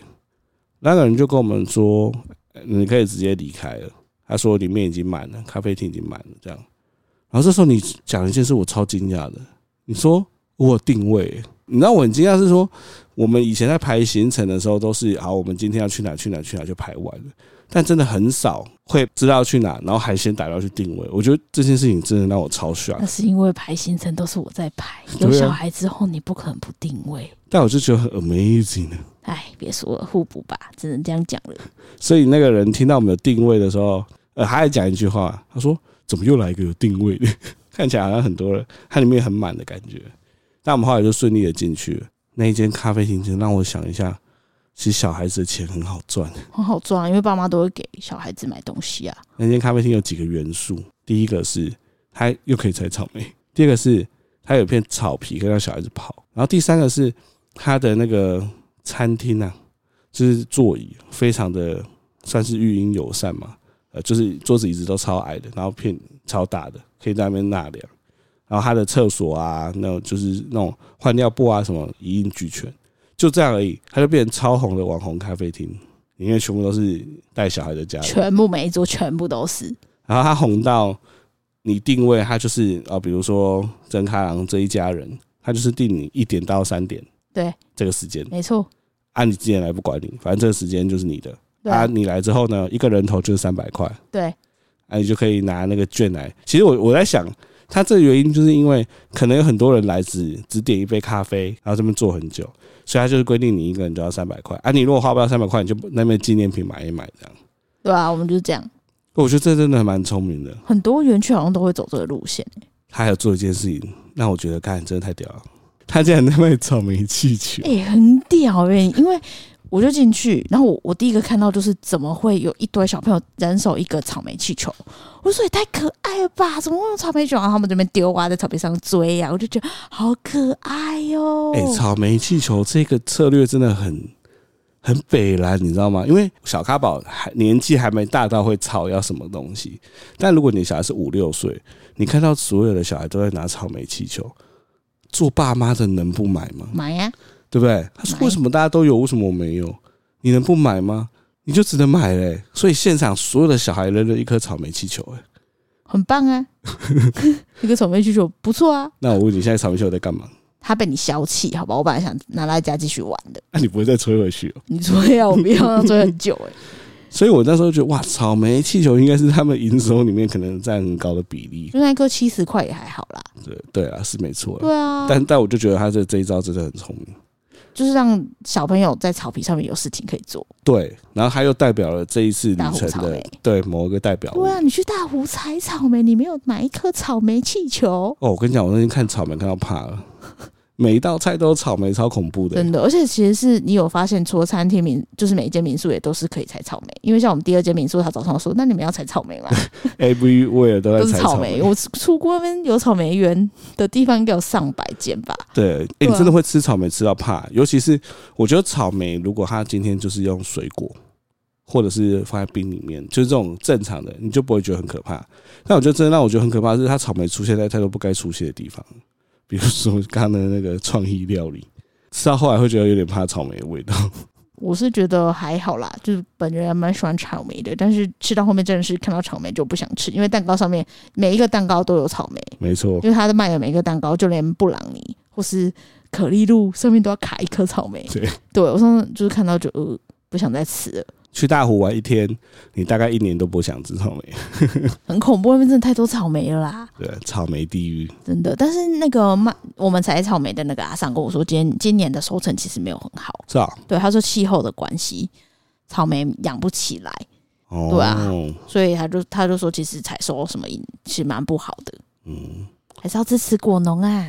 A: 那个人就跟我们说，呃你可以直接离开了，他说里面已经满了，咖啡厅已经满了这样，然后这时候你讲了一件事，我超惊讶的，你说我有定位欸，你知道我很惊讶是说。我们以前在排行程的时候，都是啊好，我们今天要去哪去哪去哪就排完了，但真的很少会知道去哪，然后还先打电话去定位。我觉得这件事情真的让我超 shock
B: 那。是因为排行程都是我在排，
A: 对
B: 有
A: 啊
B: 小孩之后你不可能不定位。
A: 但我就觉得很 amazing 啊
B: 哎，别说了，互补吧，只能这样讲了。
A: 所以那个人听到我们有定位的时候，呃，他还讲一句话，他说：“怎么又来一个有定位 的？看起来好像很多人，它里面很满的感觉。”但我们后来就顺利的进去了那一间咖啡厅，就让我想一下，其实小孩子的钱很好赚。
B: 很好赚啊，因为爸妈都会给小孩子买东西啊。
A: 那间咖啡厅有几个元素，第一个是它又可以采草莓，第二个是它有片草皮可以让小孩子跑，然后第三个是它的那个餐厅啊，就是座椅非常的算是育婴友善嘛，呃，就是桌子椅子都超矮的，然后片超大的，可以在那边纳凉。然后它的厕所啊，那种就是那种换尿布啊，什么一应俱全，就这样而已，它就变成超红的网红咖啡厅，里面全部都是带小孩的家人。
B: 全部每一桌全部都是，
A: 然后他红到你定位，他就是哦，比如说曾开朗这一家人，他就是定你一点到三点
B: 对，
A: 这个时间，
B: 没错，
A: 按、你几点来不管你，反正这个时间就是你的。
B: 对、
A: 啊，你来之后呢，一个人头就是三百块，
B: 对，
A: 啊，你就可以拿那个券来。其实我我在想，他这个原因就是因为可能有很多人来只只点一杯咖啡，然后这边坐很久，所以他就是规定你一个人就要三百块。啊，你如果花不到三百块，你就那边纪念品买一买这样。
B: 对啊，我们就是这样。
A: 我觉得这真的蛮聪明的。
B: 很多园区好像都会走这个路线，
A: 他还有做一件事情，让我觉得干真的太屌了。他竟然在卖草莓气球，
B: 哎、很屌哎、因为我就进去，然后我我第一个看到就是怎么会有一堆小朋友人手一个草莓气球，我说也太可爱了吧，怎么会有草莓球？然后他们这边丢啊，在草坪上追啊，我就觉得好可爱哟、
A: 哎、草莓气球这个策略真的很很北蓝，你知道吗？因为小咖宝还年纪还没大到会操要什么东西，但如果你小孩是五六岁，你看到所有的小孩都在拿草莓气球，做爸妈的能不买吗？
B: 买呀、
A: 对不对？他说
B: 买
A: 为什么大家都有，为什么我没有？你能不买吗？你就只能买嘞、所以现场所有的小孩扔了一颗草莓气球、哎，
B: 很棒 啊，一个草莓气球不错啊，
A: 那我问你，现在草莓气球在干嘛？
B: 它被你消气，好吧？我本来想拿来家继续玩的，
A: 那、你不会再吹回去、哦？
B: 你追啊，我不要追很久哎、
A: 所以我那时候觉得，哇，草莓气球应该是他们营收里面可能占很高的比例。
B: 就那一颗七十块也还好啦。
A: 对对啊，是没错啦。
B: 对啊，
A: 但但我就觉得他这这一招真的很聪明。
B: 就是让小朋友在草皮上面有事情可以做。
A: 对，然后他又代表了这一次旅程
B: 大红草
A: 的
B: 莓
A: 对某一个代表物
B: 对啊，你去大湖采草莓，你没有买一颗草莓气球，
A: 哦，我跟你讲，我那天看草莓看到怕了，每一道菜都有草莓，超恐怖的、
B: 真的。而且其实是你有发现，除了餐厅民，就是每一间民宿也都是可以采草莓，因为像我们第二间民宿，他早上说，那你们要采草莓 吗？
A: Everywhere 都在
B: 都是
A: 采
B: 草
A: 莓
B: 莓。。我出国那边有草莓园的地方应该有上百间吧？
A: 对，哎、
B: 对啊
A: 你真的会吃草莓吃到怕，尤其是我觉得草莓，如果它今天就是用水果，或者是放在冰里面，就是这种正常的，你就不会觉得很可怕。但我觉得真的让我觉得很可怕的是，它草莓出现在太多不该出现的地方，比如说刚刚的那个创意料理，吃到后来会觉得有点怕草莓的味道。
B: 我是觉得还好啦，就是本人还蛮喜欢草莓的，但是吃到后面真的是看到草莓就不想吃，因为蛋糕上面每一个蛋糕都有草莓，
A: 没错，
B: 因为他在卖的每一个蛋糕，就连布朗尼或是可丽露上面都要卡一颗草莓。
A: 对，
B: 对我上次就是看到就呃不想再吃了，
A: 去大湖玩一天，你大概一年都不想吃草莓，
B: 很恐怖，那边真的太多草莓了啦，
A: 对，草莓地狱。
B: 真的。但是那个卖我们采草莓的那个阿尚跟我说，今年今年的收成其实没有很好，
A: 是啊，
B: 对，他说气候的关系，草莓养不起来，
A: 哦，
B: 对啊所以他就他就说其实采收什么其实蛮不好的，
A: 嗯，
B: 还是要支持果农啊。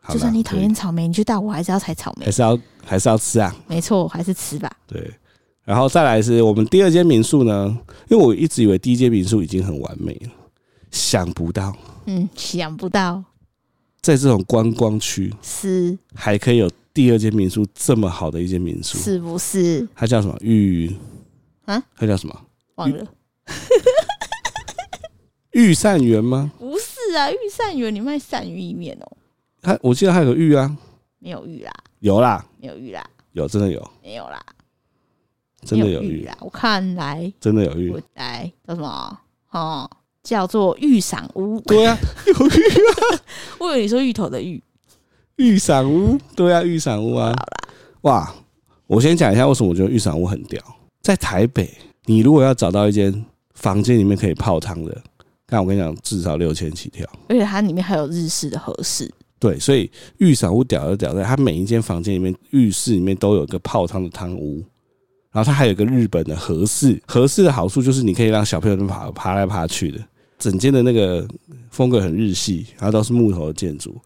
A: 好啦
B: 就算你讨厌
A: 对哎
B: 草莓，你去大我还是要采草莓
A: 还。是要还是要吃啊。
B: 没错，还是吃吧。
A: 对，然后再来是我们第二间民宿呢，因为我一直以为第一间民宿已经很完美了，想不到
B: 嗯，想不到
A: 在这种观光区
B: 是
A: 还可以有第二间民宿这么好的一间民宿，
B: 是不是
A: 它叫什么？玉
B: 啊？
A: 它叫什么？
B: 忘了？
A: 御善园吗？
B: 不是啊，御善园你卖鳝鱼意面哦，
A: 它我记得还有个玉啊，
B: 没有玉啦，
A: 有啦，
B: 没有玉啦，
A: 有真的有，
B: 没有啦，
A: 真的有
B: 没玉
A: 玉，
B: 啦。我看来
A: 真的有玉
B: 啊我。来叫什么？哦，叫做玉赏屋。
A: 对啊，有玉
B: 我以为你说芋头的芋，
A: 玉赏屋，对啊，玉赏屋啊，哇！我先讲一下为什么我觉得玉赏屋很屌。在台北，你如果要找到一间房间里面可以泡汤的，但我跟你讲，至少六千起跳。
B: 而且它里面还有日式的和式，
A: 对，所以玉赏屋屌就屌在它每一间房间里面，浴室里面都有一个泡汤的汤屋，然后它还有一个日本的和室。和室的好处就是你可以让小朋友们爬爬来爬去的，整间的那个风格很日系，然后都是木头的建筑，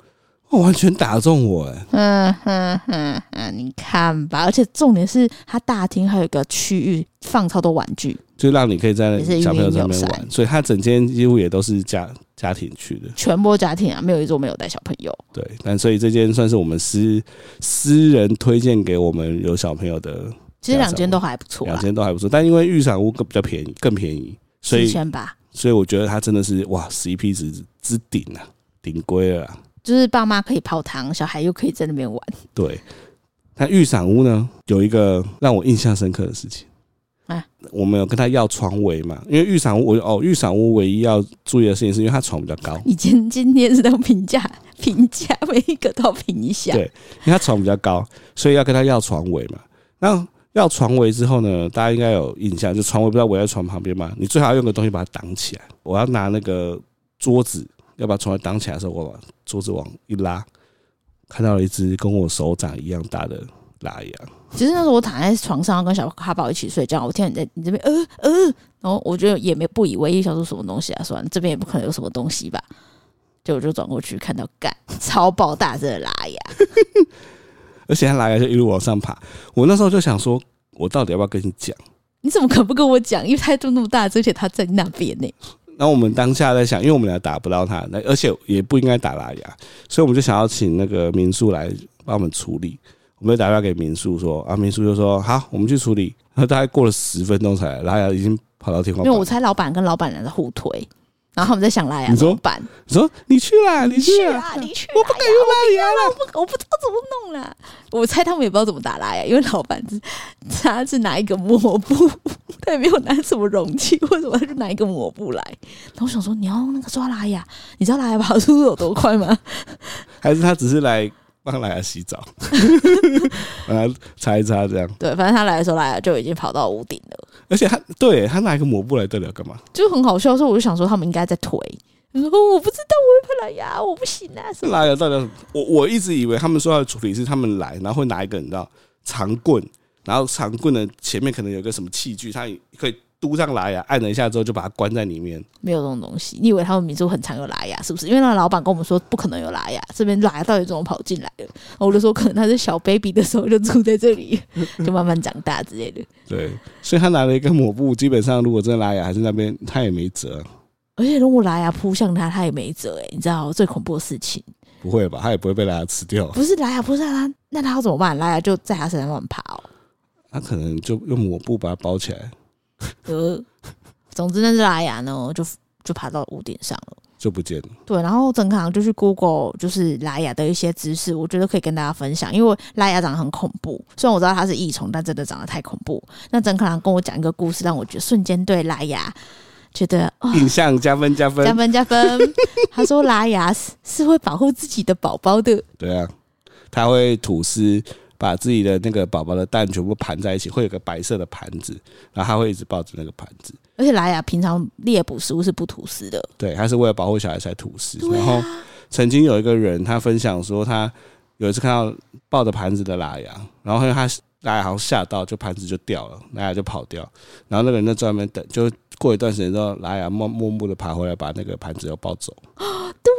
A: 哦、完全打中我哎、
B: 嗯哼哼哼，你看吧。而且重点是，它大厅还有一个区域放超多玩具，
A: 就让你可以在
B: 也是
A: 小朋友在那边
B: 育民友
A: 玩，
B: 善
A: 所以它整间几乎也都是家家庭去的，
B: 全部家庭啊，没有一桌没有带小朋友。
A: 对。但所以这间算是我们私私人推荐给我们有小朋友的，
B: 其实两间都还不错
A: 两
B: 啦，
A: 间都还不错，但因为预赏屋更比较便宜，更便宜，所
B: 七
A: 以
B: 千吧，
A: 所以我觉得它真的是哇，CP 值之顶啊，顶规了啊
B: 就是爸妈可以泡汤，小孩又可以在那边玩。
A: 对，那预赏屋呢有一个让我印象深刻的事情。
B: 啊
A: 我们有跟他要床围嘛，因为预赏屋我哦，预赏屋唯一要注意的事情是因为它床比较高，
B: 你今今天是都评价评价每一个都要评一下，
A: 对因为他床比较高，所以要跟他要床围嘛。那要床围之后呢，大家应该有印象，就床围不是要围在床旁边嘛？你最好用个东西把它挡起来。我要拿那个桌子，要把床围挡起来的时候，我把桌子往一拉，看到了一只跟我手掌一样大的拉羊。
B: 其实那时候我躺在床上要跟小哈宝一起睡觉，我听到你在你这边呃呃，然后我就也没不以为意，想说什么东西啊，算了，这边也不可能有什么东西吧。结果我就转过去看到，干超爆大只的拉牙，
A: 而且它拉牙就一路往上爬。我那时候就想说，我到底要不要跟你讲？
B: 你怎么可不跟我讲？因为它就那么大只，而且它在那边呢、
A: 那我们当下在想，因为我们俩打不到他，那而且也不应该打拉牙，所以我们就想要请那个民宿来帮我们处理。我们就打电话给民宿说，啊，民宿就说好，我们去处理。然后大概过了十分钟才来，拉牙已经跑到天花
B: 因为
A: 板。
B: 我猜老板跟老板娘在互推，然后他们在想拉牙
A: 你
B: 怎
A: 说
B: 么办？
A: 你说你去啦，你去啦，
B: 啊，你去啦，
A: 我不敢
B: 呀
A: 用拉牙了。
B: 我不我不知道怎么弄啦。我猜他们也不知道怎么打拉呀，因为老板是他是拿一个抹布，他也没有拿什么容器，为什么他就拿一个抹布来？然后我想说，你要用那个抓拉呀？你知道拉呀爬出有多快吗？
A: 还是他只是来帮拉牙洗澡， 然后擦一擦这样。
B: 对，反正他来的时候，拉呀就已经跑到屋顶了，
A: 而且他对他拿一个抹布来对了干嘛？
B: 就很好笑。所以我就想说，他们应该在推。他说：“哦我不知道，我会怕拉呀，我不行啊，什
A: 这
B: 么
A: 拉牙到底要什么？我我一直以为他们说要处理是他们来，然后会拿一个你知道长棍，然后长棍的前面可能有个什么器具，它也可以嘟上拉牙，按了一下之后就把它关在里面。
B: 没有这种东西。你以为他们民宿很常有拉呀，是不是？因为那个老板跟我们说不可能有拉呀，这边拉呀到底怎么跑进来的？然后我就说可能他是小 baby 的时候就住在这里，就慢慢长大之类的。
A: 对，所以他拿了一个抹布，基本上如果真的拉牙还是那边，他也没辙，
B: 而且如果拉呀扑向他，他也没辙哎、你知道最恐怖的事情
A: 不会吧？他也不会被拉牙吃掉，
B: 不是拉呀扑向他，那他要怎么办？拉呀就在他身上乱爬哦。
A: 他可能就用抹布把它包起来，
B: 呃，总之那只拉呀呢，就就爬到屋顶上了。
A: 就不见了。
B: 对，然后整行就去 Google 就是莱雅的一些知识，我觉得可以跟大家分享，因为莱雅长得很恐怖，虽然我知道它是益虫，但真的长得太恐怖。那整可郎跟我讲一个故事，让我觉得瞬间对莱雅觉得哦。
A: 印象加分加
B: 加
A: 分，
B: 分加分！他说拉雅是是会保护自己的宝宝的，
A: 对啊，他会吐丝。把自己的那个宝宝的蛋全部盘在一起，会有个白色的盘子，然后他会一直抱着那个盘子。
B: 而且拉雅平常猎捕食物是不吐丝的。
A: 对，他是为了保护小孩才吐丝。
B: 对
A: 然后
B: 啊，
A: 曾经有一个人，他分享说，他有一次看到抱着盘子的拉牙，然后因为他拉牙好像吓到，就盘子就掉了，拉牙就跑掉。然后那个人在专门等，就过一段时间之后，拉牙默默默的爬回来，把那个盘子又抱走。
B: 啊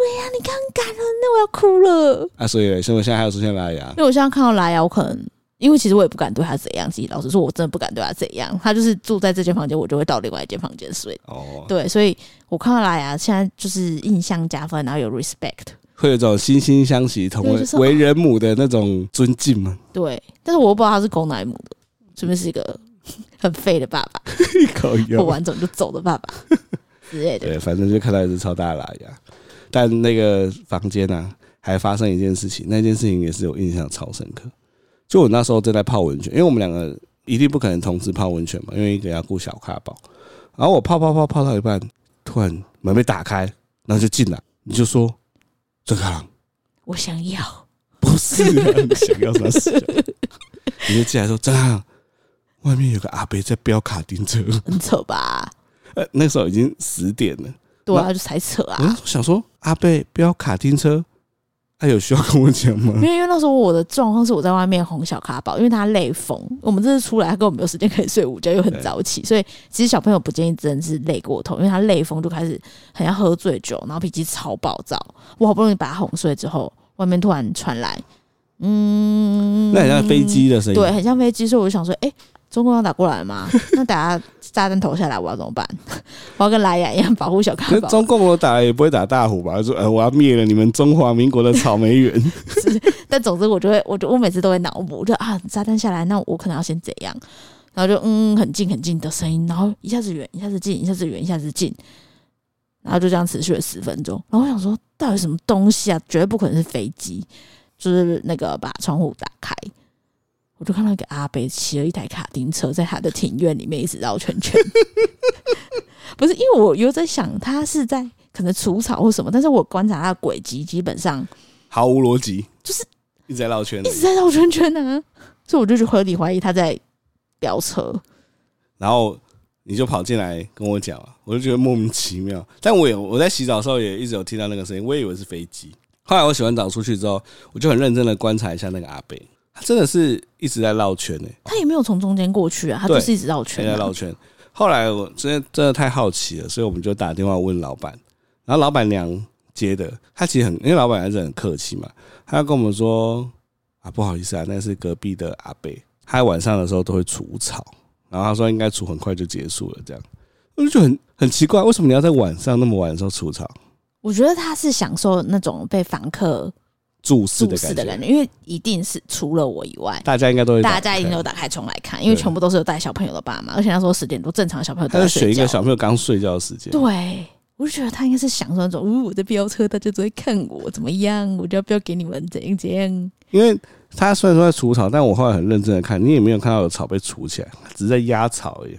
B: 对呀、你看很感人那我要哭了。
A: 啊，所以所以我现在还有出现拉牙
B: 因，为我现在看到莱雅，啊我可能因为其实我也不敢对他怎样，其实老实说，我真的不敢对他怎样。他就是住在这间房间，我就会到另外一间房间睡。
A: 哦，
B: 对，所以我看到莱雅啊现在就是印象加分，然后有 respect。
A: 会有一种惺惺相惜、同为
B: 对就是
A: 为人母的那种尊敬嘛，
B: 对，但是我又不知道他是公奶母的，是不是一个很废的爸 爸，
A: 一口
B: 我
A: 油。
B: 完整就走的爸爸之类 的。
A: 对，反正就看到一只超大的拉牙，但那个房间啊，还发生一件事情，那件事情也是我印象超深刻。就我那时候正在泡温泉，因为我们两个一定不可能同时泡温泉嘛，因为一个要顾小咖宝。然后我泡泡泡泡到一半，突然门被打开，然后就进来，你就说：“郑开朗，
B: 我想要，
A: 不是、啊、你想要啥事、啊？你就进来说这样，外面有个阿伯在飙卡丁车。
B: 很扯吧？
A: 呃，那时候已经十点了，
B: 对
A: 那嗯
B: 啊，就才扯
A: 我
B: 啊。
A: 那时候想说阿伯飙卡丁车，他、有需要跟我讲吗
B: 因？为因为那时候我的状况是我在外面哄小咖宝，因为他累疯，我们这次出来，他根本没有时间可以睡午觉，又很早起，所以其实小朋友不建议真的是累过头，因为他累疯就开始很像喝醉酒，然后脾气超暴躁。我好不容易把他哄睡之后，外面突然传来，嗯，
A: 那很像飞机的声音，
B: 对，很像飞机，所以我就想说，哎、中共要打过来吗？ 那打炸弹投下来，我要怎么办？ 我要跟莱雅一样保护小
A: 可
B: 咖
A: 是
B: 宝，
A: 中共我打也不会打大虎吧？他说呃，我要灭了你们中华民国的草莓园。
B: 但总之我就会，我就我每次都会脑补，就啊炸弹下来，那我可能要先怎样？然后就嗯很近很近的声音，然后一下子远，一下子近，一下子远，一下子近，然后就这样持续了十分钟。然后我想说，到底什么东西啊？绝对不可能是飞机，就是那个把窗户打开。我就看到一个阿北骑了一台卡丁车，在他的庭院里面一直绕圈圈。 不是，因为我有在想，他是在可能除草或什么，但是我观察他的轨迹，基本上
A: 毫无逻辑，
B: 就是
A: 一直在绕圈
B: 一。直在绕圈圈呢、所以我就去合理怀疑他在飙车。
A: 然后你就跑进来跟我讲啊，我就觉得莫名其妙。但我也我在洗澡的时候也一直有听到那个声音，我也以为是飞机。后来我洗完澡出去之后，我就很认真的观察一下那个阿贝，他真的是一直在绕圈呢、欸
B: 他也没有从中间过去啊，他就是一直绕
A: 全
B: 圈、
A: 在
B: 啊
A: 绕。圈。后来我真的真的太好奇了，所以我们就打电话问老板，然后老板娘接的，她其实很，因为老板娘是很客气嘛，她跟我们说啊，不好意思啊，那是隔壁的阿贝，他晚上的时候都会除草，然后他说应该除很快就结束了，这样我就觉得很很奇怪，为什么你要在晚上那么晚的时候除草？
B: 我觉得他是享受那种被房客
A: 注视
B: 注
A: 的
B: 视
A: 感
B: 的
A: 觉，
B: 感觉，因为一定是除了我以外，
A: 大家应该都会打
B: 大家一定都打开窗来看，因为
A: 对
B: 全部都是有带小朋友的爸妈，而且那时候十点多，正常小朋友
A: 他
B: 都
A: 就
B: 在
A: 选
B: 睡
A: 一
B: 觉
A: 个。小朋友刚睡觉的时间，
B: 对，我就觉得他应该是享受那种，呜、我在飙车，大家都会看我怎么样，我就要飙给你们怎样怎样。
A: 因为他虽然说在除草，但我后来很认真的看，你也没有看到有草被除起来，只是在压草而已。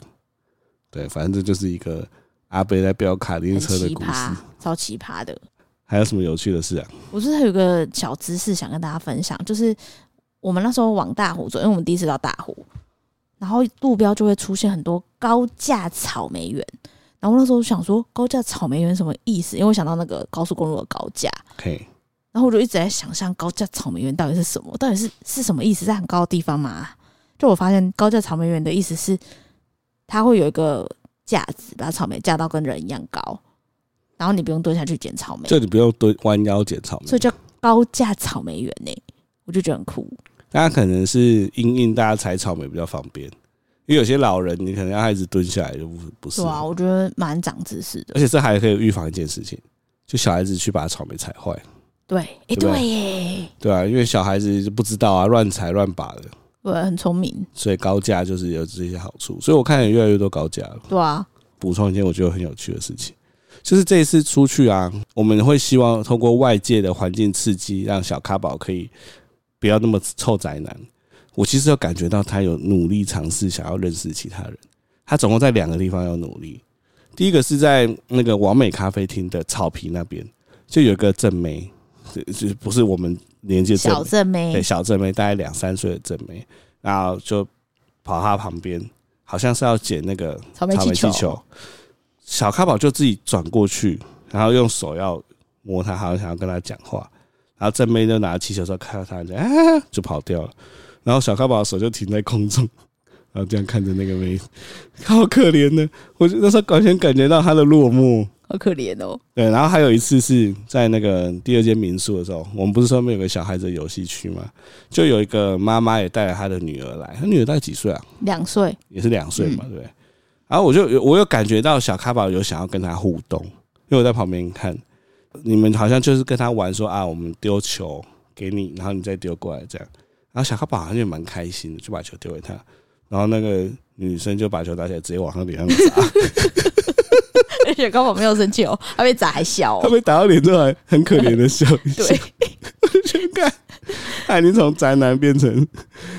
A: 对，反正这就是一个阿北在飙卡丁
B: 很
A: 车的
B: 奇
A: 故
B: 葩
A: 事。，
B: 超奇葩的。
A: 还有什么有趣的事啊？
B: 我就是有个小知识想跟大家分享，就是我们那时候往大湖走，因为我们第一次到大湖，然后路标就会出现很多高价草莓园。然后那时候想说高价草莓园什么意思？因为我想到那个高速公路的高架，
A: 可以，
B: 然后我就一直在想象高价草莓园到底是什么，到底是是什么意思？在很高的地方嘛？就我发现高价草莓园的意思是，它会有一个架子把草莓架到跟人一样高，然后你不用蹲下去捡草莓，
A: 就你不用蹲弯腰捡草
B: 所
A: 莓
B: 以，叫高价草莓园呢、我就觉得很酷。
A: 大家可能是因应大家采草莓比较方便，因为有些老人你可能要一直蹲下来就不不是哎
B: 对。啊，我觉得蛮长知识的。
A: 而且这还可以预防一件事情，就小孩子去把草莓踩坏，
B: 对，哎、
A: 对吧
B: 对耶，
A: 对啊，因为小孩子就不知道啊，乱踩乱拔的，
B: 对，很聪明。
A: 所以高价就是有这些好处。所以我看也越来越多高价了。
B: 对啊，
A: 补充一件我觉得很有趣的事情，就是这一次出去啊，我们会希望通过外界的环境刺激，让小咖宝可以不要那么臭宅男。我其实有感觉到他有努力尝试想要认识其他人。他总共在两个地方要努力，第一个是在那个完美咖啡厅的草皮那边，就有一个正妹，就就不是我哎们年纪的正妹
B: 小正
A: 对
B: 妹，
A: 小正妹，大概两三岁的正妹，然后就跑她旁边，好像是要捡那个
B: 草莓
A: 草莓
B: 气
A: 气
B: 球，
A: 球，小咖宝就自己转过去，然后用手要摸他，好像想要跟他讲话，然后正妹就拿气球说看到他就啊就跑掉了，然后小咖宝的手就停在空中。然后这样看着那个妹，好可怜呢。我就那时候完全感觉到她的落寞，
B: 好可怜哦。
A: 对，然后还有一次是在那个第二间民宿的时候，我们不是说没有个小孩子的游戏区嘛，就有一个妈妈也带了她的女儿来，她女儿大概几岁啊？
B: 两 岁，
A: 也是两岁嘛，对不对？然后我就有我有感觉到小咖宝有想要跟他互动，因为我在旁边看，你们好像就是跟他玩说啊，我们丢球给你，然后你再丢过来这样。然后小咖宝好像也蛮开心的，就把球丢给他，然后那个女生就把球打起来，直接往他脸上砸，
B: 而且高宝没有生气哦，他被砸还笑
A: 他
B: 哦。
A: 被打到脸上还很可怜的笑一下。
B: 对，
A: 去看，他已经从宅男变成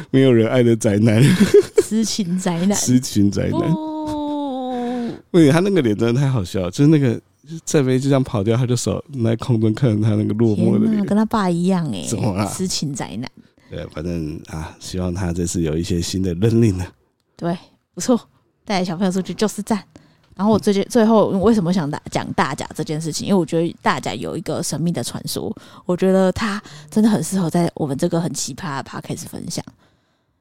A: 没有人爱的宅男，
B: 痴情宅男，
A: 痴情宅男。
B: 哦，
A: 喂，他那个脸真的太好笑了，就是那个郑飞就这样跑掉，他就手在空中看着他那个落寞的
B: 天哪，
A: 脸。
B: 跟他爸一样哎
A: 怎么啊啦，
B: 痴情宅男，
A: 对，反正啊，希望他这次有一些新的认领呢、
B: 对，不错，带小朋友出去就是赞。然后我最近最后我为什么想打讲大甲这件事情？因为我觉得大甲有一个神秘的传说，我觉得它真的很适合在我们这个很奇葩的 p a d c a s 分享。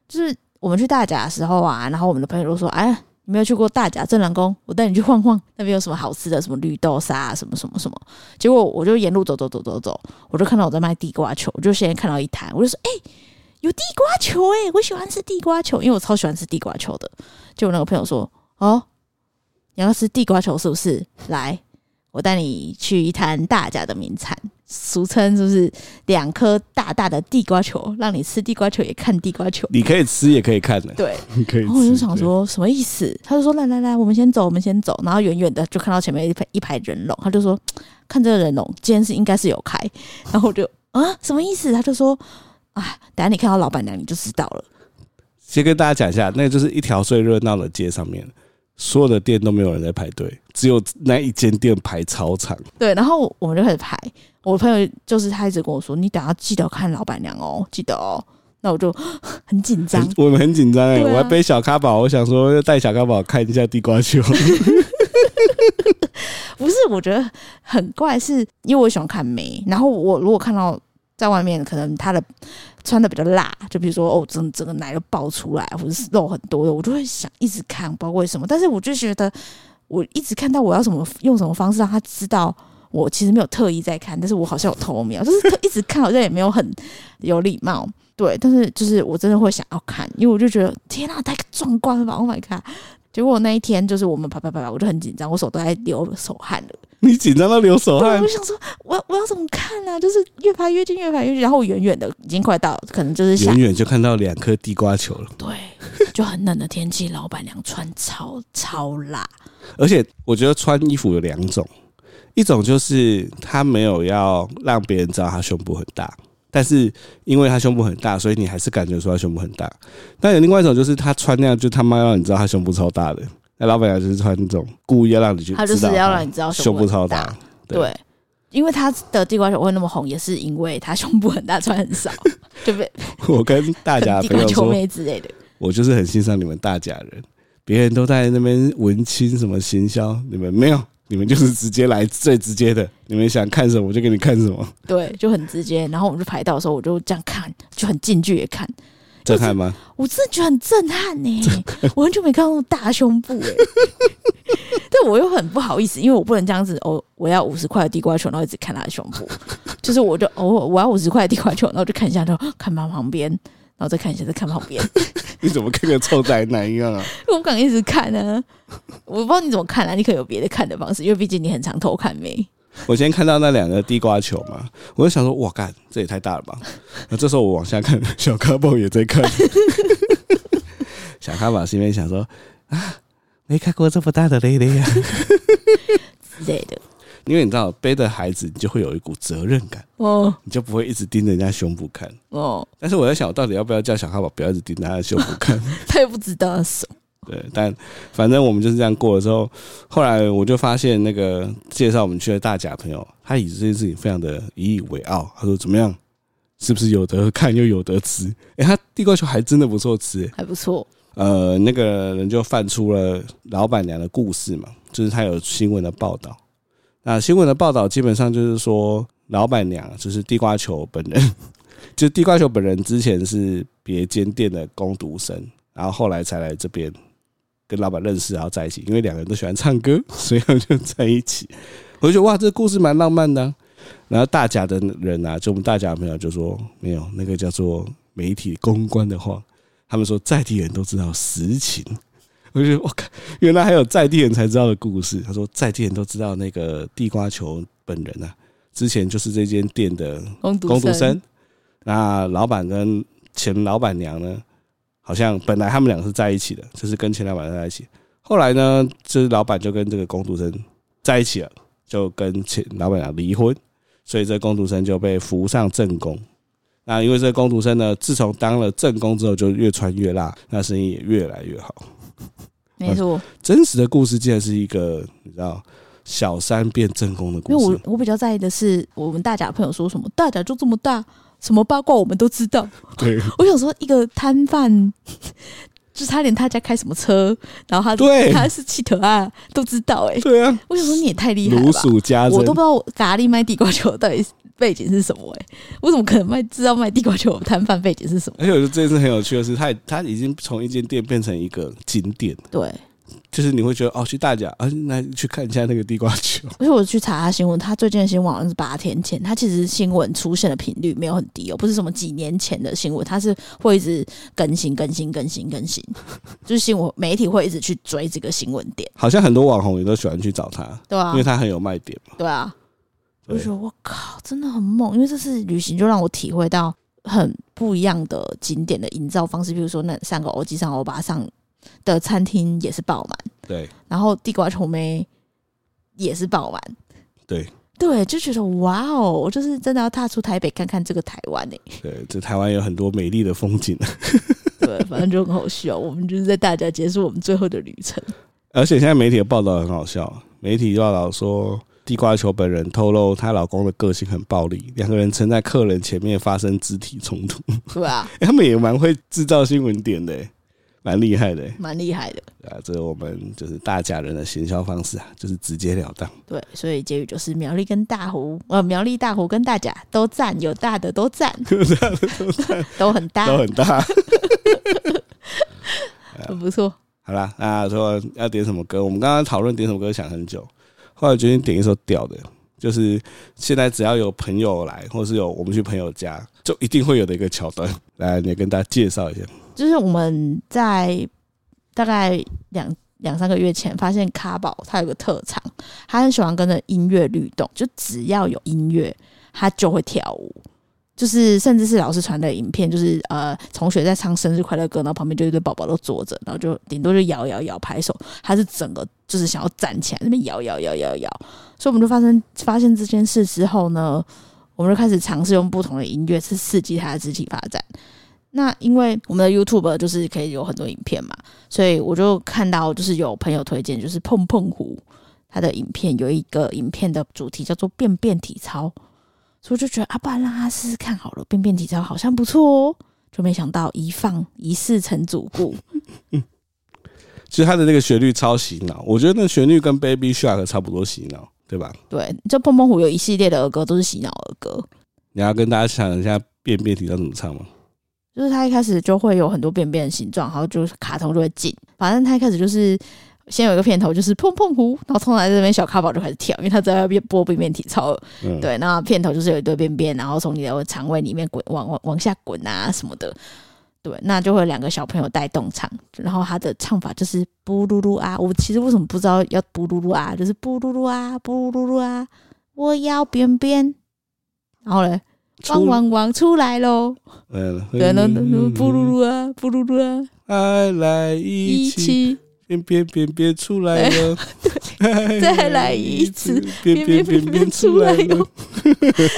B: 就是我们去大甲的时候啊，然后我们的朋友都说：“哎，你没有去过大甲镇澜宫，我带你去晃晃，那边有什么好吃的，什么绿豆沙、啊，什么什么什么。”结果我就沿路走走走走走，我就看到我在卖地瓜球，我就先看到一摊，我就说：“哎、有地瓜球哎、我喜欢吃地瓜球，因为我超喜欢吃地瓜球的。”就我那个朋友说：“哦，你要吃地瓜球是不是？来，我带你去一摊大家的名产，俗称就是两颗大大的地瓜球，让你吃地瓜球也看地瓜球。
A: 你可以吃，也可以看的、
B: 对，哦
A: 你 可以吃。
B: 然后我就想说什么意思？他就说来来来，我们先走，我们先走。然后远远的就看到前面一排一排人龙，他就说看这个人龙，今天是应该是有开。然后我就啊什么意思？他就说哎，等下你看到老板娘你就知道了。
A: 对，先跟大家讲一下，那个就是一条最热闹的街上面，所有的店都没有人在排队，只有那一间店排超长。
B: 对，然后我们就开始排。我朋友就是他一直跟我说，你等下记得看老板娘哦，记得哦。那我就 很紧张
A: 很，我们很紧张哎，
B: 对啊
A: 我还背小咖宝，我想说要带小咖宝看一下地瓜球。
B: 不是，我觉得很怪，是因为我喜欢看梅，然后我如果看到在外面可能他的呃穿的比较辣，就比如说哦，整整个奶都爆出来，或者是肉很多的，我就会想一直看，不知道为什么。但是我就觉得我一直看到我要什么用什么方式让他知道。我其实没有特意在看，但是我好像有偷瞄，就是特一直看，好像也没有很有礼貌。对，但是就是我真的会想要看，因为我就觉得天啊，太壮观了吧！Oh my god！结果那一天就是我们啪啪啪啪，我就很紧张，我手都在流手汗了。
A: 你紧张到流手
B: 对，
A: 汗
B: 我，想说，我要我要怎么看呢、就是越排越近，越排越近，然后我远远的已经快到，可能就是下
A: 远远就看到两颗地瓜球了。
B: 对，就很冷的天气，老板娘穿超超辣，
A: 而且我觉得穿衣服有两种，一种就是他没有要让别人知道他胸部很大，但是因为他胸部很大，所以你还是感觉出他胸部很大。但有另外一种就是他穿那样，就他妈让你知道他胸部超大的。那老板娘就是穿那种故意要让你去，
B: 她就是要让你知道
A: 胸部超
B: 很
A: 大
B: 大，。
A: 对
B: 对，因为她的地瓜球会那么红，也是因为她胸部很大，穿很少， 对不对？
A: 我跟 大家的
B: 跟地
A: 朋
B: 瓜
A: 友
B: 球
A: 说，
B: 妹之类的，
A: 我就是很欣赏你们大家人，别人都在那边文青什么行销，你们没有，你们就是直接来最直接的，你们想看什么我就给你看什么，
B: 对，就很直接。然后我们就排到的时候，我就这样看，就很近距离看，
A: 震撼吗？
B: 我真的觉得很震撼呢、我很久没看到那么大胸部哎、 但我又很不好意思，因为我不能这样子哦，我要五十块的地瓜球，然后一直看他的胸部，就是我就偶尔、我要五十块的地瓜球，然后就看一下，然后哦看旁旁边，然后再看一下，再看旁边，
A: 你怎么跟个臭宅男一样啊？
B: 我不敢一直看呢、我不知道你怎么看啊，你可能有别的看的方式，因为毕竟你很常偷看妹。
A: 我今天看到那两个地瓜球嘛，我就想说，哇干，这也太大了吧！那这时候我往下看，小咖宝也在 看，小咖宝心里面想说啊，没看过这么大的雷雷啊！
B: 之类的。
A: 因为你知道，背着孩子，你就会有一股责任感，
B: 哦
A: 你就不会一直盯着人家胸部看。
B: 哦，
A: 但是我在想，我到底要不要叫小咖宝不要一直盯着他的胸部看？
B: 他也不知道什么。
A: 对，但反正我们就是这样过了之后，后来我就发现那个介绍我们去的大甲朋友，他以这件事情非常的引以为傲。他说怎么样，是不是有得看又有得吃？诶、他地瓜球还真的不错吃、诶
B: 还不错，
A: 呃，那个人就泛出了老板娘的故事嘛，就是他有新闻的报道。那新闻的报道基本上就是说，老板娘就是地瓜球本人， 就地瓜球本人之前是别间店的工读生，然后后来才来这边跟老板认识，然后在一起，因为两个人都喜欢唱歌，所以他们就在一起。我就觉得哇，这个故事蛮浪漫的啊、然后大甲的人啊，就我们大甲的朋友就说，没有那个叫做媒体公关的话，他们说在地人都知道实情。我就觉得我靠，原来还有在地人才知道的故事。他说在地人都知道那个地瓜球本人啊，之前就是这间店的
B: 工读
A: 工读生。那老板跟前老板娘呢，好像本来他们俩是在一起的，就是跟前老板在一起。后来呢，就是老板就跟这个工读生在一起了，就跟前老板娘离婚，所以这工读生就被扶上正宫。那因为这个工读生呢，自从当了正宫之后，就越穿越辣，那生意也越来越好。
B: 没错，
A: 真实的故事竟然是一个你知道小三变正宫的
B: 因为
A: 故
B: 我
A: 事，
B: 我比较在意的是我们大甲朋友说什么，大甲就这么大，什么八卦我们都知道。
A: 对
B: 我想说，一个摊贩， 就是他连他家开什么车，然后他
A: 对
B: 他是气头啊，都知道哎、
A: 对啊，
B: 我想说你也太厉害了
A: 如
B: 吧！
A: 数家珍
B: 我都不知道咖喱卖地瓜球到底是背景是什么哎、我怎么可能卖知道卖地瓜球的摊贩背景是什么？
A: 而且我觉得这件事很有趣的是，它它已经从一间店变成一个景点，
B: 对，
A: 就是你会觉得哦，去大甲，啊，那去看一下那个地瓜球，
B: 而且我去查他新闻，他最近的新闻好像是八天前，他其实新闻出现的频率没有很低哦，不是什么几年前的新闻，他是会一直更新、更新、更新、更 新，就是新闻媒体会一直去追这个新闻点，
A: 好像很多网红也都喜欢去找它，
B: 对啊
A: 因为，它很有卖点嘛。
B: 对啊，我
A: 对
B: 就觉得我靠，真的很猛，因为这次旅行就让我体会到很不一样的景点的营造方式，比如说那三个欧基上、欧巴上的餐厅也是爆满，
A: 对，
B: 然后地瓜球妹也是爆满，
A: 对
B: 对，就觉得哇哦，我就是真的要踏出台北看看这个台湾欸呢、
A: 对，这台湾有很多美丽的风景，
B: 对，反正就很好笑，我们就是在大家结束我们最后的旅程，
A: 而且现在媒体的报道很好笑，媒体报道说。地瓜球本人透露，她老公的个性很暴力，两个人曾在客人前面发生肢体冲突。
B: 对吧、啊？
A: 欸他们也蛮会制造新闻点的、欸，蛮厉害的、欸。
B: 蛮厉害的，
A: 啊，这个我们就是大甲人的行销方式啊，就是直截了当。
B: 对，所以结语就是苗栗跟大湖，呃，苗栗大湖跟大甲都赞，有大的都赞，都很大，
A: 都很大。
B: 很不错。
A: 好啦，那说要点什么歌？我们刚刚讨论点什么歌想很久，后来决定点一首屌的，就是现在只要有朋友来，或是有我们去朋友家，就一定会有的一个桥段。来，你跟大家介绍一下。
B: 就是我们在大概两两三个月前发现卡宝他有个特长，他很喜欢跟着音乐律动，就只要有音乐他就会跳舞。就是，甚至是老师传的影片，就是呃，同学在唱生日快乐歌，然后旁边就一堆宝宝都坐着，然后就顶多就摇摇摇拍手，他是整个就是想要站起来，那边摇摇摇摇摇。所以我们就发生发现这件事之后呢，我们就开始尝试用不同的音乐去刺激他的肢体发展。那因为我们的 YouTube 就是可以有很多影片嘛，所以我就看到就是有朋友推荐，就是碰碰虎他的影片有一个影片的主题叫做便便体操，所以我就觉得啊，不然让他试试看好了，便便体操好像不错哦。就没想到一放一试成主顾，
A: 其实它的那个旋律超洗脑，我觉得那旋律跟 Baby Shark 差不多洗脑，对吧？
B: 对，就碰碰虎有一系列的儿歌都是洗脑儿歌，
A: 你要跟大家讲一下便便体要怎么唱吗？
B: 就是他一开始就会有很多便便的形状，然后就是卡通就会进。反正他一开始就是先有一个片头，就是碰碰胡，然后通常在这边小咖宝就开始跳，因为他在那边播便便体操。
A: 嗯，
B: 对，那片头就是有一堆便便，然后从你的肠胃里面滚，往往往下滚啊什么的。对，那就会有两个小朋友带动唱，然后他的唱法就是布噜噜啊。我其实为什么不知道要布噜噜啊？就是布噜噜啊，布噜噜啊，我要便便。然后嘞，汪
A: 出
B: 汪汪出来喽！
A: 嗯，
B: 对，那那布噜噜啊，布噜噜啊，
A: 爱来一
B: 一
A: 起，
B: 起
A: 变变变变出来了，对
B: 再来一次，
A: 变变变变出来了
B: 哟。，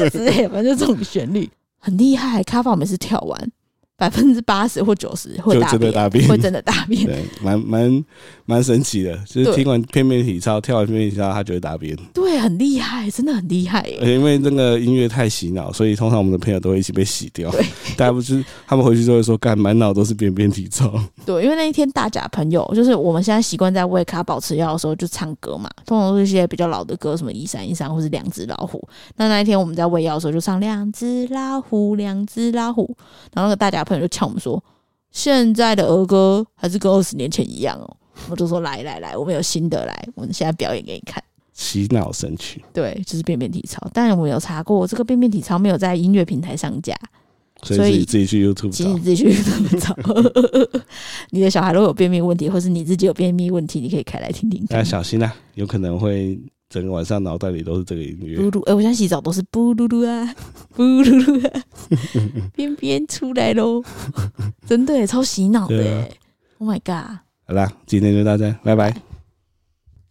B: 之类的，反正就这种旋律很厉害。卡宝每次跳完，百分之八十或九十会
A: 就
B: 大
A: 真的
B: 便，
A: 大便，
B: 会真的大便。
A: 对，蛮蛮蛮神奇的，就是
B: 对
A: 听完片面体操，跳完片面体操，他就会大便，
B: 对，很厉害，真的很厉害耶
A: 而。且因为那个音乐太洗脑，所以通常我们的朋友都会一起被洗掉
B: 对。
A: 大家不就是他们回去就会说，干满脑都是便便体操，
B: 对，因为那一天大甲朋友，就是我们现在习惯在喂卡宝吃药的时候就唱歌嘛，通常都是一些比较老的歌，什么一闪一闪或是两只老虎。那那一天我们在喂药的时候就唱两只老虎，两只老虎。然后那个大甲朋友就呛我们说，现在的儿歌还是跟二十年前一样哦。我就说来来来，我们有新的来，我们现在表演给你看。
A: 洗脑神曲，
B: 对，就是便便体操。但我有查过，这个便便体操没有在音乐平台上架，
A: 所
B: 所
A: 以
B: 以
A: 自己自己去 YouTube
B: 请你
A: 找。
B: 自己去 YouTube 找。你的小孩如果有便秘问题，或是你自己有便秘问题，你可以开来听听
A: 大家
B: 看。
A: 小心啊，有可能会整个晚上脑袋里都是这个音乐
B: 噜。噜，哎、我现在洗澡都是布噜噜 啊，布噜噜啊， 便便出来喽，真的耶超洗脑的
A: 对啊
B: 耶、Oh my god！
A: 好啦，今天就到这，拜拜。